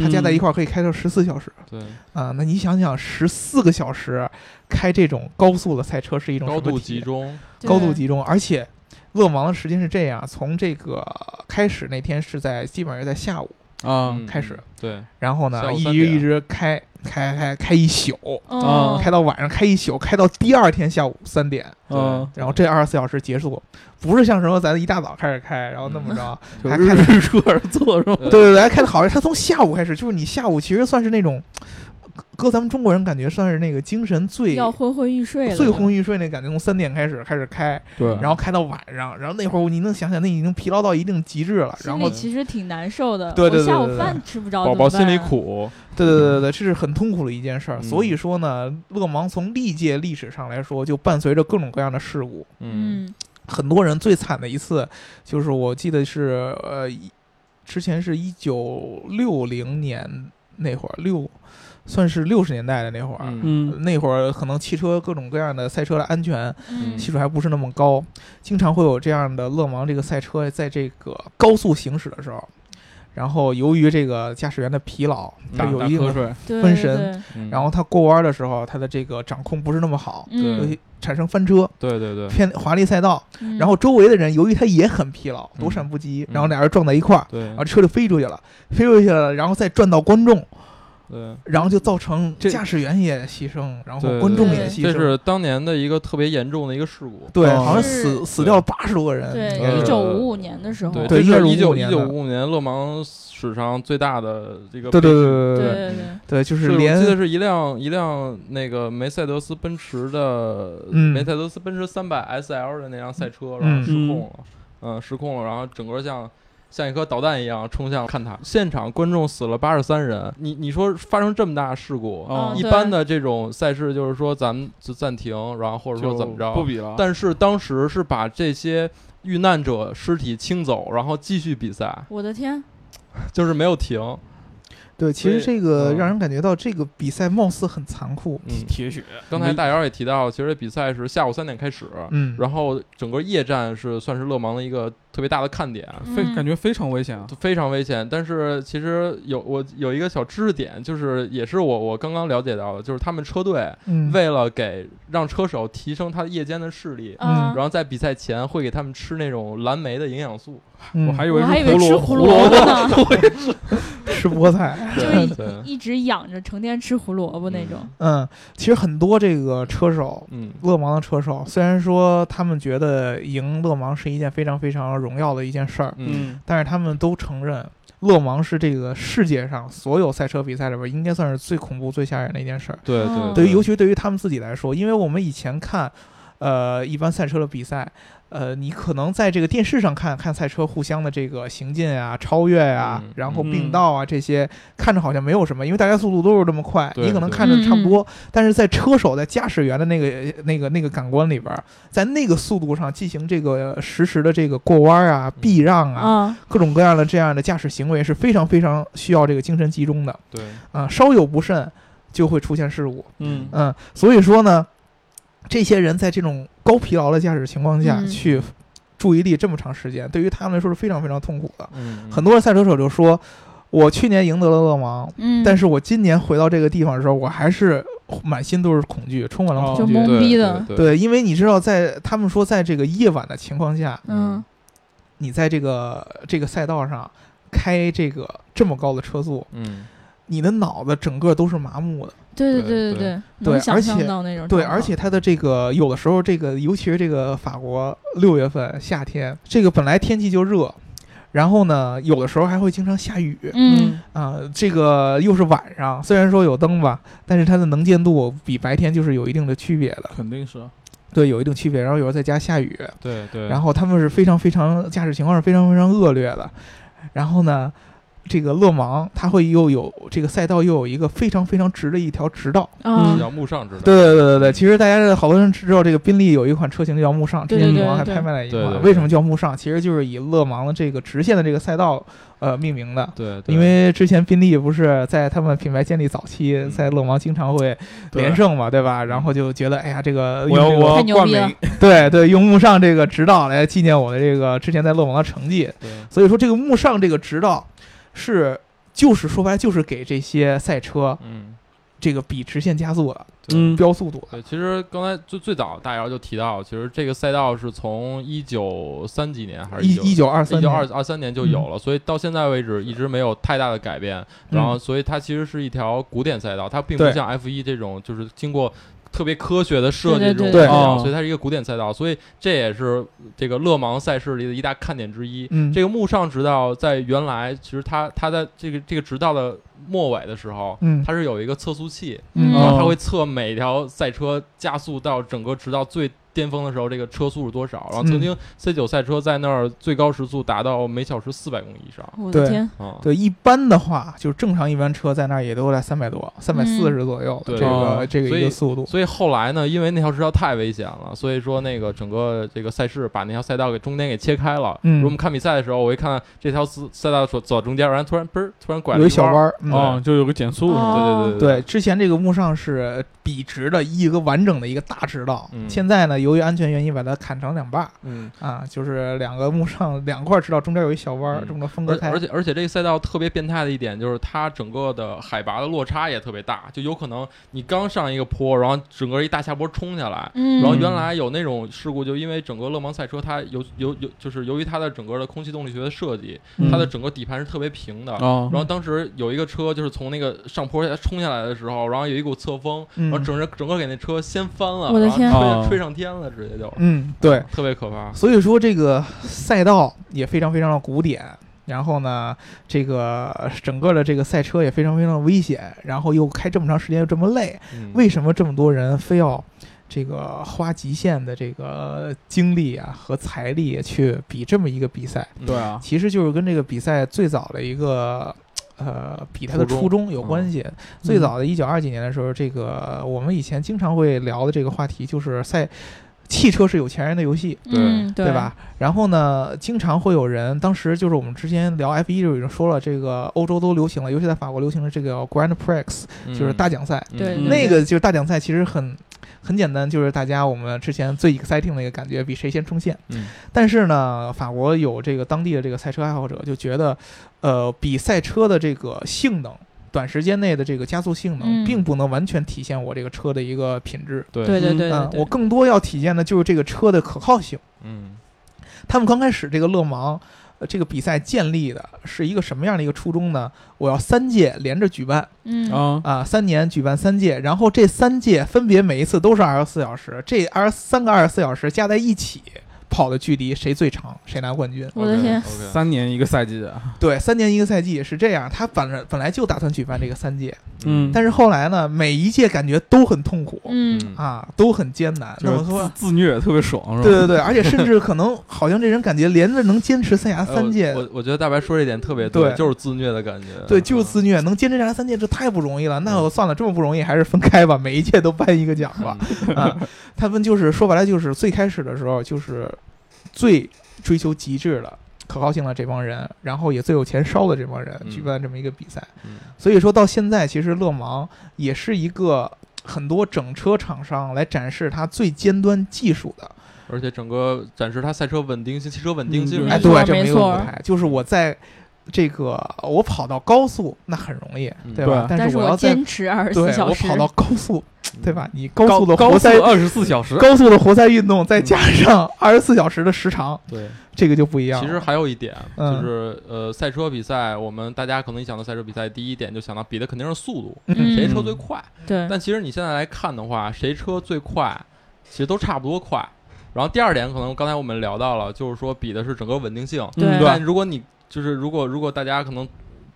[SPEAKER 2] 他加在一块儿可以开到十四小时。
[SPEAKER 3] 嗯对，
[SPEAKER 2] 啊、那你想想，十四个小时开这种高速的赛车是一种
[SPEAKER 3] 高
[SPEAKER 2] 什么
[SPEAKER 3] 度
[SPEAKER 2] 体
[SPEAKER 3] 集
[SPEAKER 2] 验，
[SPEAKER 3] 中，
[SPEAKER 1] 对
[SPEAKER 2] 高度集中，而且勒芒的时间是这样，从这个开始那天是在基本上是在下午，
[SPEAKER 4] 啊
[SPEAKER 3] 嗯，
[SPEAKER 2] 开始，
[SPEAKER 3] 对，
[SPEAKER 2] 然后
[SPEAKER 3] 下
[SPEAKER 2] 呢
[SPEAKER 3] 午
[SPEAKER 2] 一
[SPEAKER 3] 三
[SPEAKER 2] 直
[SPEAKER 3] 点
[SPEAKER 2] 一直开开开开一宿，
[SPEAKER 1] 哦
[SPEAKER 2] 啊开到晚上开一宿，开到第二天下午三点，
[SPEAKER 4] 嗯，
[SPEAKER 2] 然后这二十四小时结束，不是像什么咱一大早开始开，然后那么着，
[SPEAKER 4] 就
[SPEAKER 3] 嗯
[SPEAKER 2] 还
[SPEAKER 4] 日
[SPEAKER 2] 看
[SPEAKER 4] 日出而作是吧？
[SPEAKER 2] 对对对，还开的好，他从下午开始，就是你下午其实算是那种，搁咱们中国人感觉算是那个精神最
[SPEAKER 1] 要昏昏欲睡了，
[SPEAKER 2] 最昏欲睡那感觉，从三点开始开始开，
[SPEAKER 4] 对
[SPEAKER 2] 然后开到晚上，然后那会儿你能想想，那已经疲劳到一定极致了。
[SPEAKER 1] 心
[SPEAKER 2] 然
[SPEAKER 1] 里
[SPEAKER 2] 后，
[SPEAKER 1] 其实挺难受的。
[SPEAKER 2] 对对对对
[SPEAKER 1] 我下
[SPEAKER 2] 对
[SPEAKER 1] 午饭吃不着，
[SPEAKER 3] 宝
[SPEAKER 1] 怎么
[SPEAKER 3] 宝心里
[SPEAKER 1] 办啊。
[SPEAKER 3] 苦，
[SPEAKER 2] 对对对对对，这是很痛苦的一件事儿。
[SPEAKER 3] 嗯
[SPEAKER 2] 所以说呢，勒芒从历届历史上来说，就伴随着各种各样的事故。
[SPEAKER 3] 嗯
[SPEAKER 1] 嗯
[SPEAKER 2] 很多人最惨的一次，就是我记得是呃，一之前是一九六零年那会儿，六算是六十年代的那会儿。
[SPEAKER 3] 嗯
[SPEAKER 4] 嗯
[SPEAKER 2] 那会儿可能汽车各种各样的赛车的安全
[SPEAKER 1] 嗯
[SPEAKER 2] 系数还不是那么高，经常会有这样的勒芒这个赛车在这个高速行驶的时候，然后由于这个驾驶员的疲劳，他
[SPEAKER 4] 打
[SPEAKER 2] 有
[SPEAKER 4] 打
[SPEAKER 2] 一定
[SPEAKER 4] 瞌
[SPEAKER 2] 的，
[SPEAKER 4] 睡，
[SPEAKER 1] 对
[SPEAKER 2] 分
[SPEAKER 1] 对
[SPEAKER 2] 神
[SPEAKER 1] 对
[SPEAKER 3] 嗯
[SPEAKER 2] 然后他过弯的时候，他的这个掌控不是那么好，
[SPEAKER 1] 嗯
[SPEAKER 2] 尤其产生翻车、
[SPEAKER 3] 对对对
[SPEAKER 2] 偏华丽赛道，
[SPEAKER 1] 嗯
[SPEAKER 2] 然后周围的人由于他也很疲劳，
[SPEAKER 3] 嗯
[SPEAKER 2] 躲闪不及，
[SPEAKER 3] 嗯
[SPEAKER 2] 然后俩人撞在一块儿，
[SPEAKER 3] 对
[SPEAKER 2] 然后车就飞出去了，飞出去了，然后再转到观众，
[SPEAKER 3] 对。
[SPEAKER 2] 然后就造成
[SPEAKER 4] 这
[SPEAKER 2] 驾驶员也牺牲，然后
[SPEAKER 3] 对
[SPEAKER 2] 观众
[SPEAKER 1] 对
[SPEAKER 2] 也
[SPEAKER 1] 对
[SPEAKER 2] 牺
[SPEAKER 3] 这
[SPEAKER 2] 牲，
[SPEAKER 3] 是当年的一个特别严重的一个事故。嗯
[SPEAKER 2] 对，
[SPEAKER 4] 哦
[SPEAKER 2] 好像
[SPEAKER 1] 是
[SPEAKER 2] 死死掉了八十多个人，
[SPEAKER 1] 嗯对
[SPEAKER 3] 呃
[SPEAKER 1] 一九五五年的时候，
[SPEAKER 3] 对，
[SPEAKER 2] 对
[SPEAKER 3] 这
[SPEAKER 2] 应该
[SPEAKER 3] 是
[SPEAKER 2] 是
[SPEAKER 3] 一九
[SPEAKER 2] 55
[SPEAKER 3] 一
[SPEAKER 2] 年
[SPEAKER 3] 九
[SPEAKER 2] 的
[SPEAKER 3] 五五年勒芒史上最大的这个
[SPEAKER 2] 对对
[SPEAKER 3] 悲剧
[SPEAKER 2] 对对
[SPEAKER 1] 对
[SPEAKER 2] 对
[SPEAKER 1] 对
[SPEAKER 2] 对，就是
[SPEAKER 3] 是
[SPEAKER 2] 连
[SPEAKER 3] 我记得是一辆一辆那个梅赛德斯奔驰的，
[SPEAKER 2] 嗯
[SPEAKER 3] 梅赛德斯奔驰三百 SL 的那辆赛车，然
[SPEAKER 2] 嗯
[SPEAKER 3] 后失控了，嗯失控了，然后整个像像一颗导弹一样冲向看台，现场观众死了八十三人。你你说发生这么大事故，
[SPEAKER 4] 哦
[SPEAKER 1] 嗯
[SPEAKER 3] 一般的这种赛事就是说咱们就暂停，然后或者说
[SPEAKER 4] 就
[SPEAKER 3] 怎么着，
[SPEAKER 4] 不比了。
[SPEAKER 3] 但是当时是把这些。遇难者尸体清走，然后继续比赛，
[SPEAKER 1] 我的天，
[SPEAKER 3] 就是没有停。
[SPEAKER 2] 对，其实
[SPEAKER 3] 所
[SPEAKER 2] 这个
[SPEAKER 3] 嗯
[SPEAKER 2] 让人感觉到这个比赛貌似很残酷。
[SPEAKER 3] 嗯，
[SPEAKER 4] 铁血，
[SPEAKER 3] 刚才大姚也提到，其实比赛是下午三点开始，
[SPEAKER 2] 嗯，
[SPEAKER 3] 然后整个夜战是算是勒芒的一个特别大的看点，
[SPEAKER 4] 非
[SPEAKER 1] 嗯
[SPEAKER 4] 感觉非常危险啊。
[SPEAKER 3] 非常危险。但是其实有我有一个小知识点，就是也是我我刚刚了解到的，就是他们车队
[SPEAKER 2] 嗯，
[SPEAKER 3] 为了给让车手提升他夜间的视力。
[SPEAKER 1] 啊
[SPEAKER 3] 然后在比赛前会给他们吃那种蓝莓的营养素，
[SPEAKER 2] 嗯
[SPEAKER 4] 我还以
[SPEAKER 1] 我
[SPEAKER 4] 为
[SPEAKER 1] 还以
[SPEAKER 4] 是
[SPEAKER 1] 为
[SPEAKER 4] 胡
[SPEAKER 1] 吃
[SPEAKER 4] 萝
[SPEAKER 1] 胡
[SPEAKER 4] 胡萝
[SPEAKER 1] 萝
[SPEAKER 4] 卜，
[SPEAKER 1] 卜呢，
[SPEAKER 2] 吃菠菜。
[SPEAKER 1] 就是
[SPEAKER 3] 对对，
[SPEAKER 1] 一直养着，成天吃胡萝卜 那种。
[SPEAKER 2] 嗯，其实很多这个车手，
[SPEAKER 3] 嗯，
[SPEAKER 2] 勒芒的车手，虽然说他们觉得赢勒芒是一件非常非常荣耀的一件事儿，
[SPEAKER 3] 嗯，
[SPEAKER 2] 但是他们都承认。勒芒是这个世界上所有赛车比赛里边，应该算是最恐怖、最吓人的一件事儿。
[SPEAKER 3] 对
[SPEAKER 1] 哦
[SPEAKER 3] 对，
[SPEAKER 2] 对于，尤其对于他们自己来说，因为我们以前看，呃一般赛车的比赛，呃，你可能在这个电视上看看赛车互相的这个行进啊、超越啊，
[SPEAKER 3] 嗯
[SPEAKER 2] 然后
[SPEAKER 4] 嗯
[SPEAKER 2] 并道啊这些，看着好像没有什么，因为大家速度都是这么快，
[SPEAKER 3] 对
[SPEAKER 2] 你可能看着差不多，但是在车手在驾驶员的那个那个那个感官里边儿，在那个速度上进行这个实时的这个过弯啊、避让啊、
[SPEAKER 1] 嗯，
[SPEAKER 2] 各种各样的这样的驾驶行为是非常非常需要这个精神集中的
[SPEAKER 3] 对，
[SPEAKER 2] 啊，稍有不慎就会出现事故。
[SPEAKER 4] 嗯
[SPEAKER 2] 嗯，所以说呢，这些人在这种高疲劳的驾驶情况下、
[SPEAKER 1] 嗯
[SPEAKER 2] 去注意力这么长时间，对于他们来说是非常非常痛苦的。
[SPEAKER 3] 嗯，
[SPEAKER 2] 很多赛车手就说：“我去年赢得了勒芒，
[SPEAKER 1] 嗯，
[SPEAKER 2] 但是我今年回到这个地方的时候，我还是满心都是恐惧，充满了
[SPEAKER 1] 就
[SPEAKER 2] 恐惧。
[SPEAKER 1] 懵
[SPEAKER 3] 对
[SPEAKER 1] 逼的
[SPEAKER 3] 对对
[SPEAKER 2] 对，因为你知道在，他们说，在这个夜晚的情况下，
[SPEAKER 1] 嗯
[SPEAKER 2] 你在这个这个赛道上开这个这么高的车速，
[SPEAKER 3] 嗯，
[SPEAKER 2] 你的脑子整个都是麻木的。
[SPEAKER 1] 对
[SPEAKER 3] 对
[SPEAKER 1] 对
[SPEAKER 3] 对
[SPEAKER 1] 对，
[SPEAKER 2] 对
[SPEAKER 1] 能想
[SPEAKER 2] 而且
[SPEAKER 1] 象到那种
[SPEAKER 2] 对，
[SPEAKER 1] 状
[SPEAKER 2] 而且它的这个有的时候，这个尤其是这个法国六月份夏天，这个本来天气就热，然后呢，有的时候还会经常下雨
[SPEAKER 1] 况嗯，
[SPEAKER 2] 啊、这个又是晚上，虽然说有灯吧，但是它的能见度比白天就是有一定的区别的。
[SPEAKER 4] 肯定是，
[SPEAKER 2] 对，有一定区别。然后有时候在家下雨，
[SPEAKER 3] 对对，
[SPEAKER 2] 然后他们是非常非常驾驶情况是非常非常恶劣的。然后呢，这个勒芒它会又有这个赛道又有一个非常非常直的一条直道。
[SPEAKER 1] 啊
[SPEAKER 3] 是叫木上之道，
[SPEAKER 2] 对对对对对，其实大家好多人知道这个宾利有一款车型叫慕尚，之
[SPEAKER 1] 对
[SPEAKER 2] 前
[SPEAKER 1] 对
[SPEAKER 2] 女
[SPEAKER 1] 对
[SPEAKER 2] 王啊还
[SPEAKER 1] 对
[SPEAKER 2] 拍卖了一
[SPEAKER 3] 对对
[SPEAKER 2] 款。
[SPEAKER 3] 对
[SPEAKER 2] 为什么叫慕尚？其实就是以勒芒的这个直线的这个赛道呃命名的。
[SPEAKER 3] 对对，
[SPEAKER 2] 因为之前宾利不是在他们品牌建立早期，在勒芒经常会连胜嘛，对吧？然后就觉得，哎呀，这个
[SPEAKER 4] 我
[SPEAKER 2] 用
[SPEAKER 4] 要
[SPEAKER 2] 这个
[SPEAKER 4] 我
[SPEAKER 1] 太
[SPEAKER 4] 要
[SPEAKER 1] 牛
[SPEAKER 4] 冠
[SPEAKER 1] 逼了
[SPEAKER 4] 名，
[SPEAKER 2] 对对，用慕尚这个指导来纪念我的这个之前在勒芒的成绩。
[SPEAKER 3] 对
[SPEAKER 2] 所以说，这个慕尚这个指导是就是说白了就是给这些赛车
[SPEAKER 3] 嗯。
[SPEAKER 2] 这个比直线加速的、
[SPEAKER 3] 对
[SPEAKER 4] 嗯，
[SPEAKER 2] 飙速度的。
[SPEAKER 3] 对，其实刚才最最早大姚就提到，其实这个赛道是从一九三几年还是
[SPEAKER 2] 一一九二三嗯
[SPEAKER 3] 一九二二三年就有了，所以到现在为止一直没有太大的改变。然后，所以它其实是一条古典赛道，它并不
[SPEAKER 2] 对
[SPEAKER 3] 像 F 一这种就是经过。特别科学的设计
[SPEAKER 1] 对
[SPEAKER 3] 这
[SPEAKER 1] 对
[SPEAKER 3] 种
[SPEAKER 2] 对
[SPEAKER 3] 赛道，
[SPEAKER 4] 哦
[SPEAKER 3] 所以它是一个古典赛道，所以这也是这个勒芒赛事里的一大看点之一。
[SPEAKER 2] 嗯
[SPEAKER 3] 这个木上直道在原来其实它它在这个这个直道的末尾的时候，
[SPEAKER 2] 嗯
[SPEAKER 3] 它是有一个测速器，
[SPEAKER 1] 嗯
[SPEAKER 3] 然后它
[SPEAKER 4] 哦
[SPEAKER 3] 会测每条赛车加速到整个直到最巅峰的时候，这个车速是多少。然后
[SPEAKER 2] 嗯
[SPEAKER 3] 曾经 C 九赛车在那儿最高时速达到每小时四百公里以上
[SPEAKER 1] 我的
[SPEAKER 2] 对
[SPEAKER 1] 天，
[SPEAKER 3] 啊。
[SPEAKER 2] 对，一般的话，就是正常一般车在那儿也都在三百多、三百四十左右的
[SPEAKER 3] 对
[SPEAKER 2] 这个
[SPEAKER 4] 哦
[SPEAKER 2] 这个
[SPEAKER 3] 所
[SPEAKER 2] 一
[SPEAKER 3] 以
[SPEAKER 2] 个速度。
[SPEAKER 3] 所以后来呢，因为那条直道太危险了，所以说那个整个这个赛事把那条赛道给中间给切开了。
[SPEAKER 2] 嗯
[SPEAKER 3] 如果我们看比赛的时候，我一看这条赛赛道走走中间，然后突然嘣儿，突然拐了
[SPEAKER 2] 有一
[SPEAKER 3] 一
[SPEAKER 2] 小
[SPEAKER 3] 弯
[SPEAKER 2] 弯
[SPEAKER 3] 儿。
[SPEAKER 2] 儿，嗯
[SPEAKER 4] 哦，就有个减速是吗？
[SPEAKER 1] 哦
[SPEAKER 3] 对对
[SPEAKER 2] 对，之前这个木上是笔直的一个完整的一个大直道，
[SPEAKER 3] 嗯
[SPEAKER 2] 现在呢，由于安全原因把它砍成两半儿
[SPEAKER 3] 嗯，
[SPEAKER 2] 啊，就是两个木上两块直道中间有一小弯儿，
[SPEAKER 3] 嗯
[SPEAKER 2] 这么着分割
[SPEAKER 3] 而
[SPEAKER 2] 开。
[SPEAKER 3] 而且而且这个赛道特别变态的一点就是它整个的海拔的落差也特别大，就有可能你刚上一个坡，然后整个一大下坡冲下来。
[SPEAKER 1] 嗯，
[SPEAKER 3] 然后原来有那种事故，就因为整个勒芒赛车，它由由由就是由于它的整个的空气动力学的设计，
[SPEAKER 2] 嗯
[SPEAKER 3] 它的整个底盘是特别平的。
[SPEAKER 4] 哦
[SPEAKER 3] 然后当时有一个车就是从那个上坡下冲下来的时候，然后有一股侧风，
[SPEAKER 2] 嗯哦
[SPEAKER 3] 然后整个整个给那车掀翻了，
[SPEAKER 1] 我的
[SPEAKER 3] 然后
[SPEAKER 1] 天
[SPEAKER 4] 啊
[SPEAKER 3] 吹吹上天了，直接就，
[SPEAKER 2] 嗯，对，
[SPEAKER 3] 特别可怕。
[SPEAKER 2] 所以说这个赛道也非常非常的古典，然后呢，这个整个的这个赛车也非常非常的危险，然后又开这么长时间又这么累，
[SPEAKER 3] 嗯
[SPEAKER 2] 为什么这么多人非要这个花极限的这个精力啊和财力去比这么一个比赛？
[SPEAKER 3] 嗯
[SPEAKER 4] 对，啊，
[SPEAKER 2] 其实就是跟这个比赛最早的一个。呃，比它的
[SPEAKER 3] 初衷
[SPEAKER 2] 初衷有关系。最早的一九二几年的时候，这个我们以前经常会聊的这个话题就是赛，汽车是有钱人的游戏。
[SPEAKER 1] 嗯对
[SPEAKER 2] 对吧？？然后呢，经常会有人，当时就是我们之前聊 F 一就已经说了，这个欧洲都流行了，尤其在法国流行的这个 Grand Prix，
[SPEAKER 3] 嗯
[SPEAKER 2] 就是大奖赛。
[SPEAKER 3] 嗯
[SPEAKER 1] 对
[SPEAKER 3] 嗯
[SPEAKER 2] 那个就是大奖赛，其实很很简单，就是大家我们之前最 exciting 的一个感觉，比谁先冲线。
[SPEAKER 3] 嗯
[SPEAKER 2] 但是呢，法国有这个当地的这个赛车爱好者就觉得，呃，比赛车的这个性能。短时间内的这个加速性能，
[SPEAKER 1] 嗯
[SPEAKER 2] 并不能完全体现我这个车的一个品质。
[SPEAKER 3] 对
[SPEAKER 1] 对对对
[SPEAKER 2] 嗯
[SPEAKER 1] 对，对
[SPEAKER 2] 我更多要体现的就是这个车的可靠性。
[SPEAKER 3] 嗯
[SPEAKER 2] 他们刚开始这个勒芒、呃这个比赛建立的是一个什么样的一个初衷呢？我要三届连着举办
[SPEAKER 1] 嗯
[SPEAKER 4] 啊，
[SPEAKER 2] 啊、三年举办三届，然后这三届分别每一次都是二十四小时，这二三个二十四小时加在一起。跑的距离谁最长，谁拿冠军？
[SPEAKER 3] 嗯
[SPEAKER 1] 我的天，
[SPEAKER 2] 嗯
[SPEAKER 3] ，OK，
[SPEAKER 4] 三年一个赛季啊，
[SPEAKER 2] 对，三年一个赛季也是这样。他本来本来就打算举办这个三届，
[SPEAKER 4] 嗯，
[SPEAKER 2] 但是后来呢，每一届感觉都很痛苦、
[SPEAKER 1] 嗯，
[SPEAKER 2] 啊，都很艰难。那
[SPEAKER 4] 就是
[SPEAKER 2] 我说，
[SPEAKER 4] 自虐特别爽，啊是吧？
[SPEAKER 2] 对对对，而且甚至可能好像这人感觉连着能坚持三亚
[SPEAKER 3] 呃
[SPEAKER 2] 三届，
[SPEAKER 3] 我我觉得大白说这点特别对，
[SPEAKER 2] 对
[SPEAKER 3] 就是自虐的感觉。
[SPEAKER 2] 对，就是自虐，能坚持下来三届，这太不容易了。
[SPEAKER 3] 嗯
[SPEAKER 2] 那我算了，这么不容易，还是分开吧，每一届都颁一个奖吧。
[SPEAKER 3] 嗯
[SPEAKER 2] 啊，他们就是说白了，就是最开始的时候，就是最追求极致的、可靠性的这帮人，然后也最有钱烧的这帮人
[SPEAKER 3] 嗯
[SPEAKER 2] 举办这么一个比赛。
[SPEAKER 3] 嗯
[SPEAKER 2] 所以说到现在，其实勒芒也是一个很多整车厂商来展示它最尖端技术的
[SPEAKER 3] 而且整个展示它赛车稳定性、汽车稳定性
[SPEAKER 4] 嗯
[SPEAKER 3] 是
[SPEAKER 2] 哎，
[SPEAKER 3] 吧，
[SPEAKER 1] 没错
[SPEAKER 2] 对，这么一个
[SPEAKER 1] 没错
[SPEAKER 2] 舞台，就是我在这个我跑到高速那很容易，
[SPEAKER 3] 嗯
[SPEAKER 2] 对吧？
[SPEAKER 4] 对
[SPEAKER 2] 但
[SPEAKER 1] 但
[SPEAKER 2] 是
[SPEAKER 1] 我
[SPEAKER 2] 要在
[SPEAKER 1] 坚持二十
[SPEAKER 2] 对
[SPEAKER 1] 四小
[SPEAKER 2] 我
[SPEAKER 1] 时，
[SPEAKER 2] 跑到高速，对吧？你高
[SPEAKER 4] 高
[SPEAKER 2] 速的活
[SPEAKER 4] 高速
[SPEAKER 2] 塞，
[SPEAKER 4] 二十四小时，
[SPEAKER 2] 高速的活塞运动再加上二十四小时的时长，
[SPEAKER 3] 对，
[SPEAKER 2] 这个就不一样了。
[SPEAKER 3] 其实还有一点
[SPEAKER 2] 嗯
[SPEAKER 3] 就是，呃，赛车比赛，我们大家可能一想到赛车比赛，第一点就想到比的肯定是速度，
[SPEAKER 1] 嗯
[SPEAKER 3] 谁车最快。
[SPEAKER 2] 嗯
[SPEAKER 1] 对，
[SPEAKER 3] 但其实你现在来看的话，谁车最快，其实都差不多快。然后第二点，可能刚才我们聊到了，就是说比的是整个稳定性。
[SPEAKER 1] 对
[SPEAKER 4] 嗯
[SPEAKER 3] 但如果你就是如果如果大家可能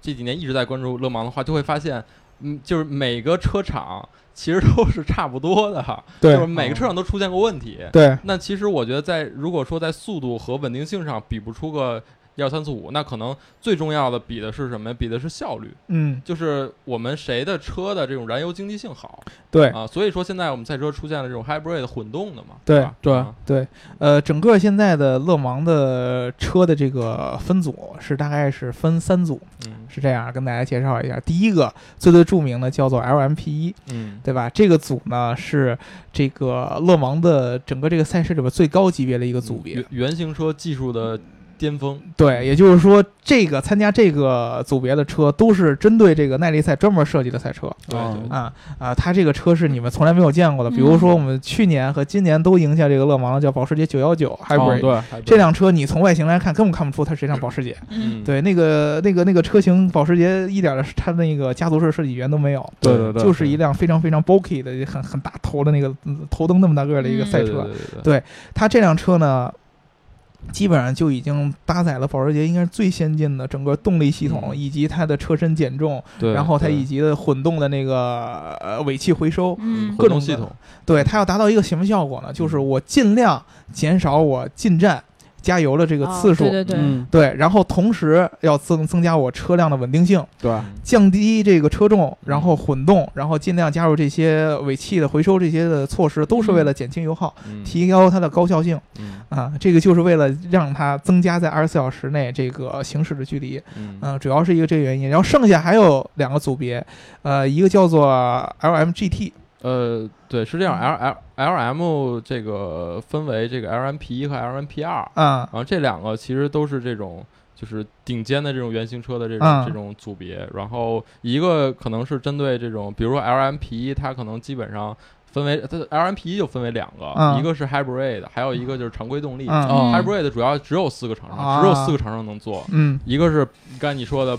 [SPEAKER 3] 这几年一直在关注勒芒的话，就会发现，嗯，就是每个车厂其实都是差不多的哈，就是每个车厂都出现过问
[SPEAKER 4] 嗯
[SPEAKER 3] 题。
[SPEAKER 4] 哦
[SPEAKER 2] 对
[SPEAKER 3] 那其实我觉得在，如果说在速度和稳定性上比不出个一二三四五，那可能最重要的比的是什么？比的是效率，
[SPEAKER 2] 嗯
[SPEAKER 3] 就是我们谁的车的这种燃油经济性好
[SPEAKER 2] 对
[SPEAKER 3] 啊。所以说现在我们赛车出现了这种 hybrid 混动的嘛，
[SPEAKER 2] 对
[SPEAKER 3] 吧
[SPEAKER 4] 对
[SPEAKER 3] 啊
[SPEAKER 2] 对，呃，整个现在的勒芒的车的这个分组是大概是分三组，
[SPEAKER 3] 嗯
[SPEAKER 2] 是这样跟大家介绍一下。第一个最最著名的叫做 LMP 一，
[SPEAKER 3] 嗯
[SPEAKER 2] 对吧？这个组呢是这个勒芒的整个这个赛事里边最高级别的一个组别
[SPEAKER 3] 嗯原，原型车技术的巅峰，
[SPEAKER 2] 对，也就是说，这个参加这个组别的车都是针对这个耐力赛专门设计的赛车
[SPEAKER 3] 对
[SPEAKER 4] 哦
[SPEAKER 3] 对对
[SPEAKER 2] 啊啊，它这个车是你们从来没有见过的。
[SPEAKER 4] 嗯
[SPEAKER 2] 比如说，我们去年和今年都赢下这个勒芒的叫保时捷919
[SPEAKER 4] 哦
[SPEAKER 2] Hybrid，、
[SPEAKER 4] 对，
[SPEAKER 3] ，hybrid
[SPEAKER 2] 这辆车你从外形来看根本看不出它是一辆保时捷。
[SPEAKER 1] 嗯，
[SPEAKER 2] 对，那个那个那个车型，保时捷一点儿的它那个家族式设计语言都没有，
[SPEAKER 4] 对对对
[SPEAKER 2] 就是一辆非常非常 bulky 的很很大头的那个嗯头灯那么大个儿的一个
[SPEAKER 1] 嗯
[SPEAKER 2] 赛车。
[SPEAKER 3] 对对对对对
[SPEAKER 2] 对它这辆车呢，基本上就已经搭载了保时捷应该是最先进的整个动力系统，
[SPEAKER 3] 嗯
[SPEAKER 2] 以及它的车身减重，
[SPEAKER 3] 对
[SPEAKER 2] 然后它
[SPEAKER 3] 对
[SPEAKER 2] 以及的混动的那个呃尾气回收。
[SPEAKER 1] 嗯，
[SPEAKER 2] 各
[SPEAKER 3] 混
[SPEAKER 2] 种
[SPEAKER 3] 动
[SPEAKER 2] 的
[SPEAKER 3] 系统，
[SPEAKER 2] 对，它要达到一个什么效果呢？就是我尽量减少我进站加油的这个
[SPEAKER 1] 哦
[SPEAKER 2] 次数。
[SPEAKER 1] 对对对，
[SPEAKER 4] 嗯
[SPEAKER 2] 对然后同时要增增加我车辆的稳定性，
[SPEAKER 4] 对，
[SPEAKER 3] 嗯
[SPEAKER 2] 降低这个车重，然后混动，然后尽量加入这些尾气的回收这些的措施，都是为了减轻油耗，
[SPEAKER 3] 嗯
[SPEAKER 2] 提高它的高效性。
[SPEAKER 3] 嗯
[SPEAKER 2] 啊，这个就是为了让它增加在二十四小时内这个行驶的距离，
[SPEAKER 3] 嗯
[SPEAKER 2] 嗯、主要是一个这个原因。然后剩下还有两个组别，呃，一个叫做 LMGT，
[SPEAKER 3] 呃，对，是这样，L L L M 这个分为这个 L M P 一和 L M P 二，
[SPEAKER 2] 啊、
[SPEAKER 3] 然后这两个其实都是这种就是顶尖的这种原型车的这种、
[SPEAKER 2] 嗯
[SPEAKER 3] 这种组别，然后一个可能是针对这种，比如说 L M P 一，它可能基本上分为它 L M P 一就分为两个，
[SPEAKER 2] 嗯
[SPEAKER 3] 一个是 Hybrid，还有一个就是常规动力。
[SPEAKER 2] 嗯
[SPEAKER 4] 哦
[SPEAKER 3] Hybrid 主要只有四个厂商，
[SPEAKER 2] 啊
[SPEAKER 3] 只有四个厂商能做，
[SPEAKER 2] 嗯，
[SPEAKER 3] 一个是刚才你说的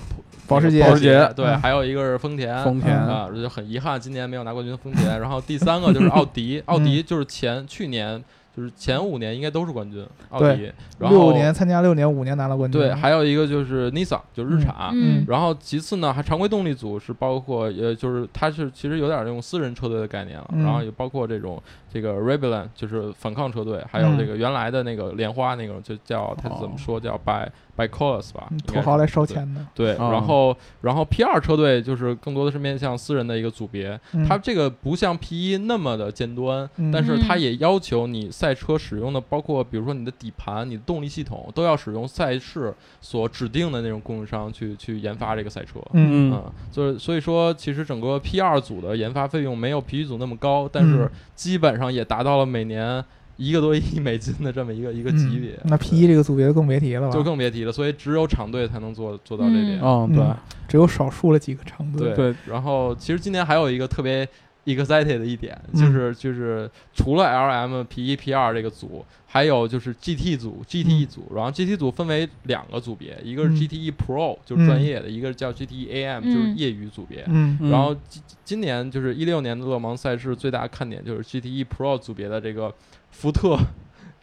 [SPEAKER 2] 保时
[SPEAKER 3] 那个
[SPEAKER 2] 捷
[SPEAKER 3] 保时捷，对，
[SPEAKER 2] 嗯
[SPEAKER 3] 还有一个是丰田，
[SPEAKER 4] 丰田
[SPEAKER 3] 啊，就很遗憾今年没有拿冠军的丰田。然后第三个就是奥 迪，奥
[SPEAKER 2] 嗯
[SPEAKER 3] 迪就是前去年就是前五年应该都是冠军，奥迪。然后
[SPEAKER 2] 六年参加六年，五年拿了冠军，
[SPEAKER 3] 对，还有一个就是 Nissan，就是日产。
[SPEAKER 1] 嗯
[SPEAKER 3] 然后其次呢，还常规动力组是包括呃，就是它是其实有点那种私人车队的概念了，
[SPEAKER 2] 嗯
[SPEAKER 3] 然后也包括这种这个 Rebellion，就是反抗车队，还有
[SPEAKER 2] 嗯哦
[SPEAKER 3] 这个原来的那个莲花那个就叫它怎么说叫 By By Colors 吧
[SPEAKER 2] 嗯，
[SPEAKER 3] 应该
[SPEAKER 2] 土
[SPEAKER 3] 是
[SPEAKER 2] 豪来烧
[SPEAKER 3] 对
[SPEAKER 2] 钱的，
[SPEAKER 3] 对，
[SPEAKER 4] 啊
[SPEAKER 3] 然后然后 P 二车队就是更多的是面向私人的一个组别，
[SPEAKER 2] 嗯
[SPEAKER 3] 它这个不像 P 一那么的尖端，
[SPEAKER 2] 嗯
[SPEAKER 3] 但是它也要求你赛车使用的，包括比如说你的底盘、你的动力系统，都要使用赛事所指定的那种供应商去去研发这个赛车。
[SPEAKER 2] 嗯
[SPEAKER 4] 嗯，
[SPEAKER 3] 就是所以说，其实整个 P 二组的研发费用没有 P 一组那么高，但是
[SPEAKER 2] 嗯
[SPEAKER 3] 基本上也达到了每年一个多亿美金的这么一个一个级别
[SPEAKER 2] 嗯。那 P 一这个组别就更别提了吧，
[SPEAKER 3] 就更别提了，所以只有厂队才能做做到这点。
[SPEAKER 1] 嗯
[SPEAKER 4] 哦
[SPEAKER 2] 嗯只有少数了几个长队，
[SPEAKER 3] 对
[SPEAKER 4] 对，
[SPEAKER 3] 然后其实今年还有一个特别 excited 的一点，
[SPEAKER 2] 嗯
[SPEAKER 3] 就是、就是除了 LM P 一 P 二这个组，还有就是 GT 组 GTE 组，然后 GT 组分为两个组别，一个是
[SPEAKER 2] 嗯
[SPEAKER 3] GTE Pro 就是专业的，一个叫 GTE AM
[SPEAKER 1] 嗯
[SPEAKER 3] 就是业余组别。
[SPEAKER 2] 嗯
[SPEAKER 4] 嗯
[SPEAKER 3] 然后今今年就是一六年的勒芒赛事最大看点就是 GTE Pro 组别的这个福特，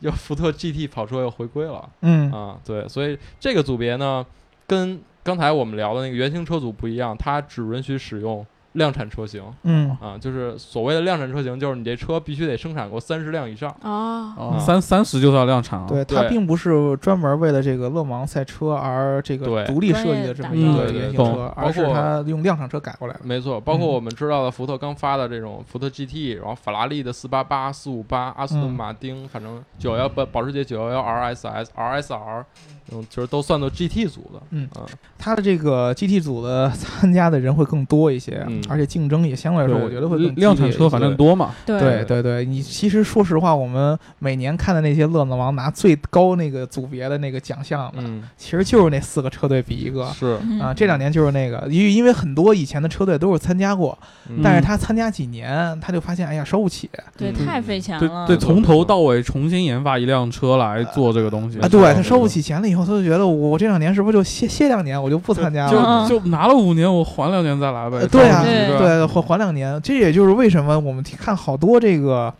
[SPEAKER 3] 要福特 GT 跑车又回归了。
[SPEAKER 2] 嗯
[SPEAKER 3] 啊，对，所以这个组别呢，跟刚才我们聊的那个原型车组不一样，它只允许使用量产车型
[SPEAKER 2] 嗯，
[SPEAKER 3] 啊，就是所谓的量产车型，就是你这车必须得生产过三十辆以上。
[SPEAKER 1] 哦，
[SPEAKER 4] 哦三三十就是要量产啊。
[SPEAKER 2] 嗯对，它
[SPEAKER 3] 对
[SPEAKER 2] 并不是专门为了这个勒芒赛车而这个
[SPEAKER 3] 对
[SPEAKER 2] 独立设计的这么
[SPEAKER 1] 专
[SPEAKER 2] 一
[SPEAKER 4] 业打造嗯
[SPEAKER 2] 个原型
[SPEAKER 4] 对对
[SPEAKER 2] 车，而是
[SPEAKER 3] 包括
[SPEAKER 2] 它用量产车改过来的。
[SPEAKER 3] 没错，包括
[SPEAKER 2] 嗯
[SPEAKER 3] 我们知道的福特刚发的这种福特 GT，、然后法拉利的四八八、四五八、阿斯顿
[SPEAKER 2] 嗯
[SPEAKER 3] 马丁，反正九幺保保时捷九幺幺 RSS、RSR，嗯，其实都算作 GT 组的。
[SPEAKER 2] 嗯它的这个 GT 组的参加的人会更多一些，啊
[SPEAKER 3] 嗯
[SPEAKER 2] 而且竞争也相对来说，我觉得会更激烈
[SPEAKER 4] 量产车
[SPEAKER 2] 一些
[SPEAKER 4] 反正多嘛。
[SPEAKER 1] 对
[SPEAKER 2] 对对对，你其实说实话，我们每年看的那些乐乐王拿最高那个组别的那个奖项，
[SPEAKER 3] 嗯，
[SPEAKER 2] 其实就是那四个车队比一个
[SPEAKER 3] 是，
[SPEAKER 1] 嗯
[SPEAKER 2] 啊。这两年就是那个，因为因为很多以前的车队都是参加过，
[SPEAKER 3] 嗯
[SPEAKER 2] 但是他参加几年，他就发现哎呀收不起
[SPEAKER 1] 对，
[SPEAKER 3] 嗯
[SPEAKER 1] 太费钱
[SPEAKER 4] 对
[SPEAKER 1] 了，
[SPEAKER 4] 对，
[SPEAKER 3] 对
[SPEAKER 4] 从头到尾重新研发一辆车来做这个东西
[SPEAKER 2] 啊，
[SPEAKER 3] 没
[SPEAKER 2] 对
[SPEAKER 3] 错
[SPEAKER 2] 他收不起钱了以后，他就觉得我我这两年是不是就歇歇两年，我就不参加了。
[SPEAKER 1] 嗯
[SPEAKER 4] 就就拿了五年，我缓两年再来呗
[SPEAKER 2] 呃。对啊，
[SPEAKER 4] 着急
[SPEAKER 1] 对
[SPEAKER 4] 是吧
[SPEAKER 2] 对，缓缓两年。这也就是为什么我们看好多这个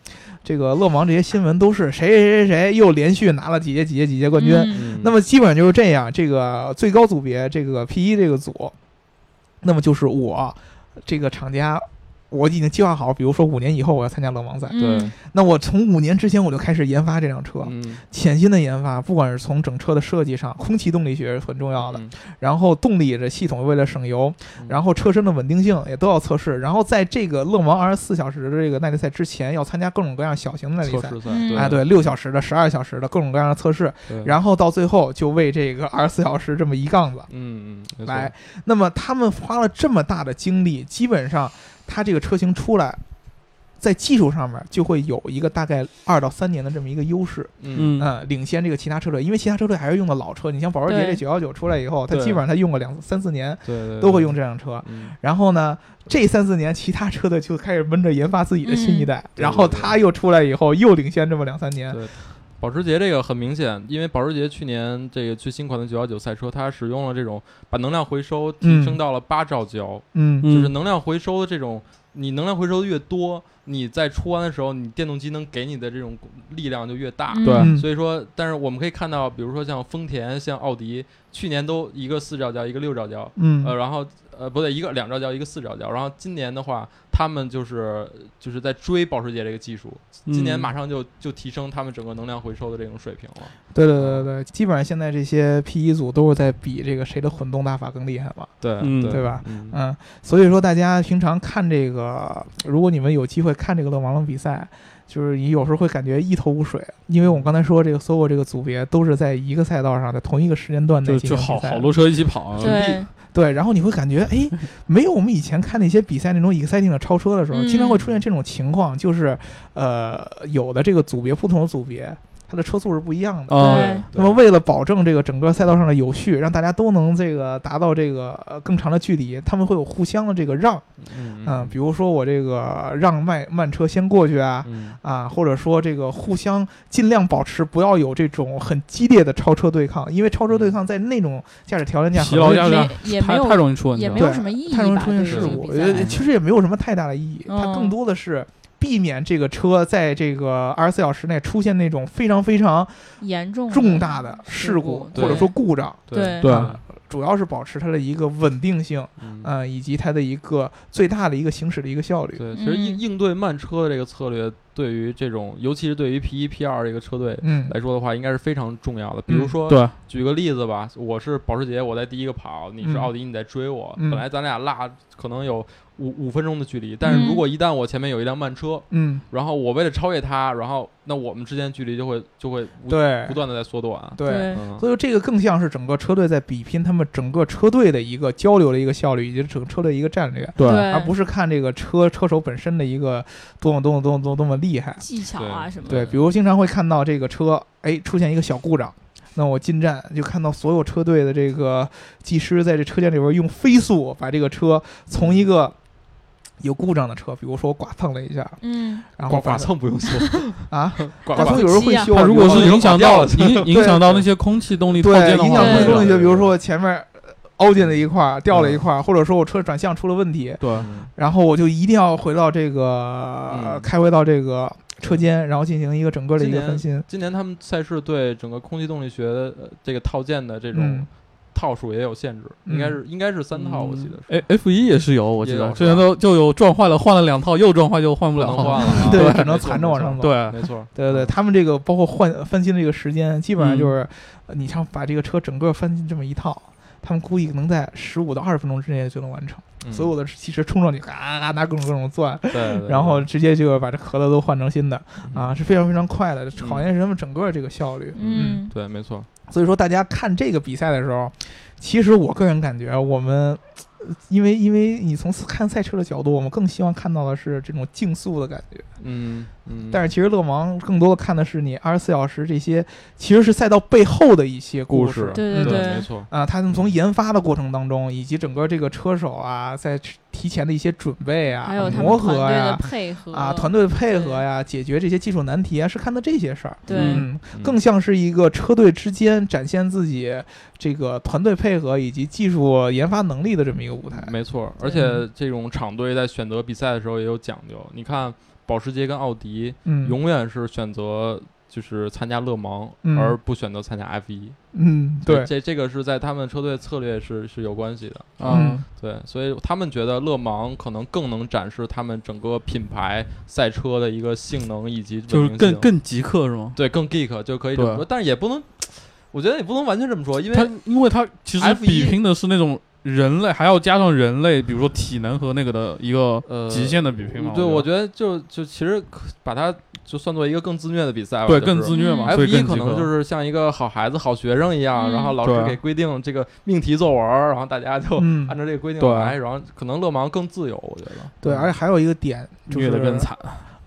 [SPEAKER 2] 这个勒芒这些新闻都是谁谁谁谁又连续拿了几届几届几届冠军。
[SPEAKER 1] 嗯
[SPEAKER 3] 嗯
[SPEAKER 2] 那么基本上就是这样，这个最高组别这个 P 一这个组，那么就是我这个厂家。我已经计划好，比如说五年以后我要参加勒芒赛，
[SPEAKER 1] 嗯
[SPEAKER 2] 那我从五年之前我就开始研发这辆车，
[SPEAKER 3] 嗯，
[SPEAKER 2] 潜心的研发，不管是从整车的设计上，空气动力学是很重要的，
[SPEAKER 3] 嗯
[SPEAKER 2] 然后动力这系统为了省油，
[SPEAKER 3] 嗯
[SPEAKER 2] 然后车身的稳定性也都要测试，然后在这个勒芒二十四小时的这个耐力赛之前，要参加各种各样小型的耐力
[SPEAKER 3] 测
[SPEAKER 2] 赛。
[SPEAKER 3] 试赛，
[SPEAKER 1] 嗯
[SPEAKER 3] 对嗯
[SPEAKER 2] 哎，，对，六小时的、十二小时的各种各样的测试，
[SPEAKER 3] 对
[SPEAKER 2] 然后到最后就为这个二十四小时这么一杠子
[SPEAKER 3] 嗯嗯，没错
[SPEAKER 2] 来，。那么他们花了这么大的精力，基本上它这个车型出来，在技术上面就会有一个大概二到三年的这么一个优势。
[SPEAKER 3] 嗯
[SPEAKER 4] 嗯，
[SPEAKER 2] 嗯，领先这个其他车队，因为其他车队还是用的老车。你像保时捷这
[SPEAKER 1] 对
[SPEAKER 2] 九幺九出来以后，它
[SPEAKER 3] 对
[SPEAKER 2] 基本上它用过两三四年
[SPEAKER 3] 对对，对
[SPEAKER 2] 都会用，这辆车。
[SPEAKER 3] 嗯
[SPEAKER 2] 然后呢，这三四年其他车队就开始闷着研发自己的新一代，
[SPEAKER 3] 嗯对
[SPEAKER 2] 然后
[SPEAKER 3] 对对
[SPEAKER 2] 它又出来以后又领先这么两三年。
[SPEAKER 3] 对。保时捷这个很明显，因为保时捷去年这个最新款的919赛车，它使用了这种把能量回收提升到了八兆焦，
[SPEAKER 2] 嗯，
[SPEAKER 3] 就是
[SPEAKER 4] 嗯
[SPEAKER 3] 能量回收的这种，你能量回收的越多，你在出弯的时候，你电动机能给你的这种力量就越大。
[SPEAKER 1] 嗯
[SPEAKER 4] 对
[SPEAKER 2] 嗯
[SPEAKER 3] 所以说，但是我们可以看到，比如说像丰田、像奥迪，去年都一个四兆焦，一个六兆焦，
[SPEAKER 2] 嗯
[SPEAKER 3] 呃，然后呃不对，一个两兆焦，一个四兆焦。然后今年的话，他们就是就是在追保时捷这个技术，今年
[SPEAKER 4] 嗯
[SPEAKER 3] 马上就就提升他们整个能量回收的这种水平了。
[SPEAKER 2] 对对对对对，基本上现在这些 P 一组都是在比这个谁的混动大法更厉害嘛，
[SPEAKER 3] 对，
[SPEAKER 4] 嗯
[SPEAKER 2] 对吧？
[SPEAKER 3] 嗯
[SPEAKER 2] 嗯，所以说大家平常看这个，如果你们有机会看这个勒芒的比赛，就是你有时候会感觉一头雾水，因为我们刚才说这个所有这个组别都是在一个赛道上，在同一个时间段内
[SPEAKER 4] 就
[SPEAKER 2] 进
[SPEAKER 4] 就
[SPEAKER 2] 行
[SPEAKER 4] 好
[SPEAKER 2] 比赛
[SPEAKER 4] 好多车一起跑啊。
[SPEAKER 1] 对，
[SPEAKER 2] 对，然后你会感觉哎，没有我们以前看那些比赛那种 exciting 的超车的时候，
[SPEAKER 1] 嗯
[SPEAKER 2] 经常会出现这种情况，就是呃，有的这个组别不同的组别，它的车速是不一样的。
[SPEAKER 4] 啊，
[SPEAKER 1] 对
[SPEAKER 2] 那么，为了保证这个整个赛道上的有序，让大家都能这个达到这个呃更长的距离，他们会有互相的这个让，
[SPEAKER 3] 嗯
[SPEAKER 2] 嗯，比如说我这个让慢慢车先过去啊，
[SPEAKER 3] 嗯
[SPEAKER 2] 啊，或者说这个互相尽量保持不要有这种很激烈的超车对抗，因为超
[SPEAKER 3] 嗯
[SPEAKER 2] 车对抗在那种驾驶条件下
[SPEAKER 4] 疲劳
[SPEAKER 2] 很
[SPEAKER 4] 驾
[SPEAKER 2] 容易
[SPEAKER 4] 驶
[SPEAKER 1] 没也没
[SPEAKER 4] 太太
[SPEAKER 1] 有
[SPEAKER 4] 容易出问题
[SPEAKER 1] 也
[SPEAKER 4] 了
[SPEAKER 1] 没。有什么意义
[SPEAKER 2] 太容易
[SPEAKER 1] 吧，
[SPEAKER 2] 出现
[SPEAKER 1] 对于
[SPEAKER 2] 事
[SPEAKER 1] 这个
[SPEAKER 2] 故，
[SPEAKER 1] 比
[SPEAKER 2] 呃
[SPEAKER 1] 赛，
[SPEAKER 2] 其实也没有什么太大的意义，它更
[SPEAKER 1] 嗯
[SPEAKER 2] 多的是。避免这个车在这个二十四小时内出现那种非常非常
[SPEAKER 1] 严重
[SPEAKER 2] 重大的事
[SPEAKER 1] 事
[SPEAKER 2] 故
[SPEAKER 1] 故，
[SPEAKER 3] 对
[SPEAKER 2] 或者说故障，
[SPEAKER 1] 对
[SPEAKER 4] 对
[SPEAKER 2] 啊主要是保持它的一个稳定性，
[SPEAKER 3] 嗯
[SPEAKER 2] 呃，以及它的一个最大的一个行驶的一个效率。
[SPEAKER 3] 对，其实应
[SPEAKER 1] 嗯
[SPEAKER 3] 应对慢车的这个策略，对于这种，尤其是对于 P 一 P 二这个车队
[SPEAKER 2] 嗯
[SPEAKER 3] 来说的话，应该是非常重要的。比如
[SPEAKER 2] 嗯
[SPEAKER 3] 说，
[SPEAKER 4] 对，
[SPEAKER 3] 举个例子吧，我是保时捷，我在第一个跑，你是
[SPEAKER 2] 嗯
[SPEAKER 3] 奥迪，你在追我。
[SPEAKER 2] 嗯
[SPEAKER 3] 本来咱俩落可能有五五分钟的距离，但是如果一旦我前面有一辆慢车，
[SPEAKER 2] 嗯，
[SPEAKER 3] 然后我为了超越它，然后那我们之间距离就会就会无
[SPEAKER 2] 对
[SPEAKER 3] 不断的在缩短。
[SPEAKER 2] 对。
[SPEAKER 3] 嗯，
[SPEAKER 2] 所以这个更像是整个车队在比拼他们整个车队的一个交流的一个效率，以及整个车队的一个战略，
[SPEAKER 4] 对
[SPEAKER 1] 对
[SPEAKER 2] 而不是看这个车车手本身的一个多么多么多么多么多么厉害。
[SPEAKER 1] 技巧啊
[SPEAKER 3] 对
[SPEAKER 1] 什么的，
[SPEAKER 2] 对，比如经常会看到这个车，哎，出现一个小故障，那我进站就看到所有车队的这个技师在这车间里边用飞速把这个车从一个有故障的车，比如说我剐蹭了一下，
[SPEAKER 1] 嗯，
[SPEAKER 2] 然后
[SPEAKER 3] 剐
[SPEAKER 2] 把它
[SPEAKER 3] 剐蹭不用说，
[SPEAKER 2] 啊，
[SPEAKER 3] 剐
[SPEAKER 2] 剐蹭
[SPEAKER 3] 蹭
[SPEAKER 2] 有人会修啊，
[SPEAKER 4] 它如果是
[SPEAKER 3] 有
[SPEAKER 4] 影响
[SPEAKER 3] 掉
[SPEAKER 4] 到
[SPEAKER 3] 了
[SPEAKER 4] 影影响到那些空气动力套
[SPEAKER 2] 对
[SPEAKER 4] 件的
[SPEAKER 2] 影
[SPEAKER 4] 话，
[SPEAKER 2] 响
[SPEAKER 1] 对
[SPEAKER 2] 空
[SPEAKER 1] 对
[SPEAKER 2] 中
[SPEAKER 4] 对嗯
[SPEAKER 2] 力学，比如说我前面呃凹进了一块儿，掉了一块儿，或者说我车转向出了问题，
[SPEAKER 4] 对
[SPEAKER 3] 嗯
[SPEAKER 2] 然后我就一定要回到这个、
[SPEAKER 3] 嗯
[SPEAKER 2] 开回到这个车间，然后进行一个整个的一
[SPEAKER 3] 今
[SPEAKER 2] 个
[SPEAKER 3] 年
[SPEAKER 2] 翻新。
[SPEAKER 3] 今年他们赛事对整个空气动力学的、呃这个套件的这种
[SPEAKER 2] 嗯
[SPEAKER 3] 套数也有限制，应该是应该是三套，我记得是
[SPEAKER 4] 哎，F 一也是有，我记
[SPEAKER 3] 也有
[SPEAKER 4] 得
[SPEAKER 3] 是吧
[SPEAKER 4] 之前都就有撞坏了，换了两套，又撞坏就换不
[SPEAKER 3] 不
[SPEAKER 4] 了
[SPEAKER 3] 能换了啊，
[SPEAKER 2] 哎 对
[SPEAKER 3] 没
[SPEAKER 2] 只能
[SPEAKER 3] 错
[SPEAKER 2] 攒着往上走
[SPEAKER 4] 对，
[SPEAKER 3] 没错，
[SPEAKER 2] 对对对，他们这个包括换翻新的这个时间，基本上就是
[SPEAKER 3] 嗯
[SPEAKER 2] 呃你像把这个车整个翻新这么一套，他们估计能在十五到二十分钟之内就能完成。
[SPEAKER 3] 嗯
[SPEAKER 2] 所有的汽车冲上去，嘎嘎拿各种各种钻，
[SPEAKER 3] 对对，对
[SPEAKER 2] 然后直接就把这壳子都换成新的
[SPEAKER 3] 嗯
[SPEAKER 2] 啊，是非常非常快的，考验是他们整个这个效率。
[SPEAKER 1] 嗯，
[SPEAKER 3] 对，没错，
[SPEAKER 2] 所以说大家看这个比赛的时候，其实我个人感觉啊我们。呃因为，因为你从看赛车的角度，我们更希望看到的是这种竞速的感觉。
[SPEAKER 3] 嗯嗯，
[SPEAKER 2] 但是其实勒芒更多的看的是你二十四小时这些，其实是赛道背后的一些
[SPEAKER 3] 故
[SPEAKER 2] 事。
[SPEAKER 1] 对
[SPEAKER 2] 嗯
[SPEAKER 1] 对
[SPEAKER 3] 没错，
[SPEAKER 2] 啊，他们从研发的过程当中，以及整个这个车手啊，在提前的一些准备啊
[SPEAKER 1] 还有、他
[SPEAKER 2] 磨
[SPEAKER 1] 们
[SPEAKER 2] 合
[SPEAKER 1] 团队的
[SPEAKER 2] 呀、
[SPEAKER 1] 配合
[SPEAKER 2] 啊、团队的配合呀、解决这些技术难题啊，是看到这些事儿。
[SPEAKER 1] 对
[SPEAKER 2] 嗯，更像是一个车队之间展现自己这个团队配合以及技术研发能力的这么一个舞
[SPEAKER 4] 哎
[SPEAKER 2] 台。
[SPEAKER 3] 没错，
[SPEAKER 1] 对
[SPEAKER 3] 而且这种厂队在选择比赛的时候也有讲究。你看，保时捷跟奥迪
[SPEAKER 2] 嗯，
[SPEAKER 3] 永远是选择就是参加勒芒，
[SPEAKER 2] 嗯
[SPEAKER 3] 而不选择参加 F 一。
[SPEAKER 2] 嗯，对，
[SPEAKER 3] 这这个是在他们车队策略是是有关系的。
[SPEAKER 2] 嗯
[SPEAKER 4] 啊，
[SPEAKER 3] 对，所以他们觉得勒芒可能更能展示他们整个品牌赛车的一个性能以及
[SPEAKER 4] 就是
[SPEAKER 3] 稳定
[SPEAKER 4] 更
[SPEAKER 3] 性
[SPEAKER 4] 更极客是吗？
[SPEAKER 3] 对更 geek 就可以这么
[SPEAKER 4] 对
[SPEAKER 3] 说，但是也不能，我觉得也不能完全这么说，因为
[SPEAKER 4] 他因为他其实
[SPEAKER 3] F1
[SPEAKER 4] 比拼的是那种人类，还要加上人类，比如说体能和那个的一个
[SPEAKER 3] 呃
[SPEAKER 4] 极限的比拼嘛。
[SPEAKER 3] 对，
[SPEAKER 4] 我
[SPEAKER 3] 我
[SPEAKER 4] 觉
[SPEAKER 3] 觉得就就其实可把它就算作一个更自虐的比赛吧，
[SPEAKER 4] 得对
[SPEAKER 3] 就是
[SPEAKER 4] 更自虐嘛，
[SPEAKER 1] 嗯
[SPEAKER 4] 所
[SPEAKER 3] F
[SPEAKER 4] 以
[SPEAKER 3] 一
[SPEAKER 4] 更
[SPEAKER 3] 可
[SPEAKER 4] 极
[SPEAKER 3] 能
[SPEAKER 4] 客
[SPEAKER 3] 就是像一个好孩子、好学生一
[SPEAKER 1] 嗯
[SPEAKER 3] 样，然后老师
[SPEAKER 4] 对啊
[SPEAKER 3] 给规定这个命题作文儿，然后大家就
[SPEAKER 2] 嗯
[SPEAKER 3] 按照这个规定
[SPEAKER 4] 对
[SPEAKER 3] 来，然后可能勒芒更自由，我觉得。
[SPEAKER 2] 对，而且还有一个点，就
[SPEAKER 4] 虐
[SPEAKER 2] 是
[SPEAKER 4] 的更惨。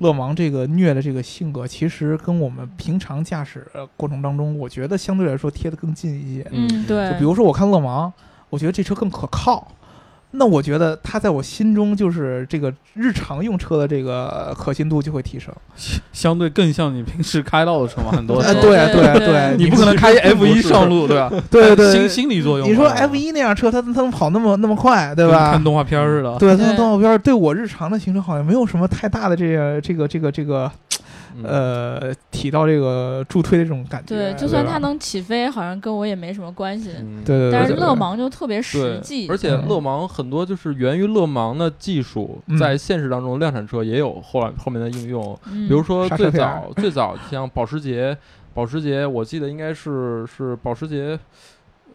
[SPEAKER 2] 勒芒这个虐的这个性格，其实跟我们平常驾驶呃过程当中，我觉得相对来说贴得更近一些。
[SPEAKER 1] 嗯对，
[SPEAKER 2] 就比如说我看勒芒，我觉得这车更可靠。那我觉得它在我心中就是这个日常用车的这个可信度就会提升。
[SPEAKER 4] 相对更像你平时开到的车嘛，很多
[SPEAKER 2] 哎，
[SPEAKER 4] 时
[SPEAKER 1] 呃对啊
[SPEAKER 4] 候
[SPEAKER 2] 对
[SPEAKER 1] 对
[SPEAKER 2] 对，
[SPEAKER 4] 你不可能开 F
[SPEAKER 2] 并不
[SPEAKER 4] 一
[SPEAKER 2] 是
[SPEAKER 4] 上路，对吧？
[SPEAKER 2] 对对
[SPEAKER 4] 心
[SPEAKER 2] 对，
[SPEAKER 4] 心理作用嘛。
[SPEAKER 2] 你说
[SPEAKER 4] 对吧
[SPEAKER 2] F 一那辆车，它它能跑那么那么快，对
[SPEAKER 4] 跟
[SPEAKER 2] 吧
[SPEAKER 4] 看？动画片儿似的。
[SPEAKER 2] 对，它
[SPEAKER 1] 对
[SPEAKER 2] 的动画片对我日常的行车好像没有什么太大的这个这个这个这个
[SPEAKER 3] 嗯，
[SPEAKER 2] 呃提到这个助推的这种感觉。
[SPEAKER 1] 对，就算
[SPEAKER 2] 吧
[SPEAKER 1] 它能起飞，好像跟我也没什么关系。
[SPEAKER 3] 嗯
[SPEAKER 2] 对对对，
[SPEAKER 1] 但是
[SPEAKER 2] 对对
[SPEAKER 1] 勒芒就特别实
[SPEAKER 3] 对
[SPEAKER 1] 际，，
[SPEAKER 4] 嗯
[SPEAKER 3] 而且勒芒很多就是源于勒芒的技术
[SPEAKER 2] 嗯，
[SPEAKER 3] 在现实当中量产车也有后来后面的应用，
[SPEAKER 1] 比
[SPEAKER 3] 比如说
[SPEAKER 2] 刹
[SPEAKER 3] 最
[SPEAKER 2] 车片儿
[SPEAKER 3] 早最早像保时捷，保时捷我记得应该是是保时捷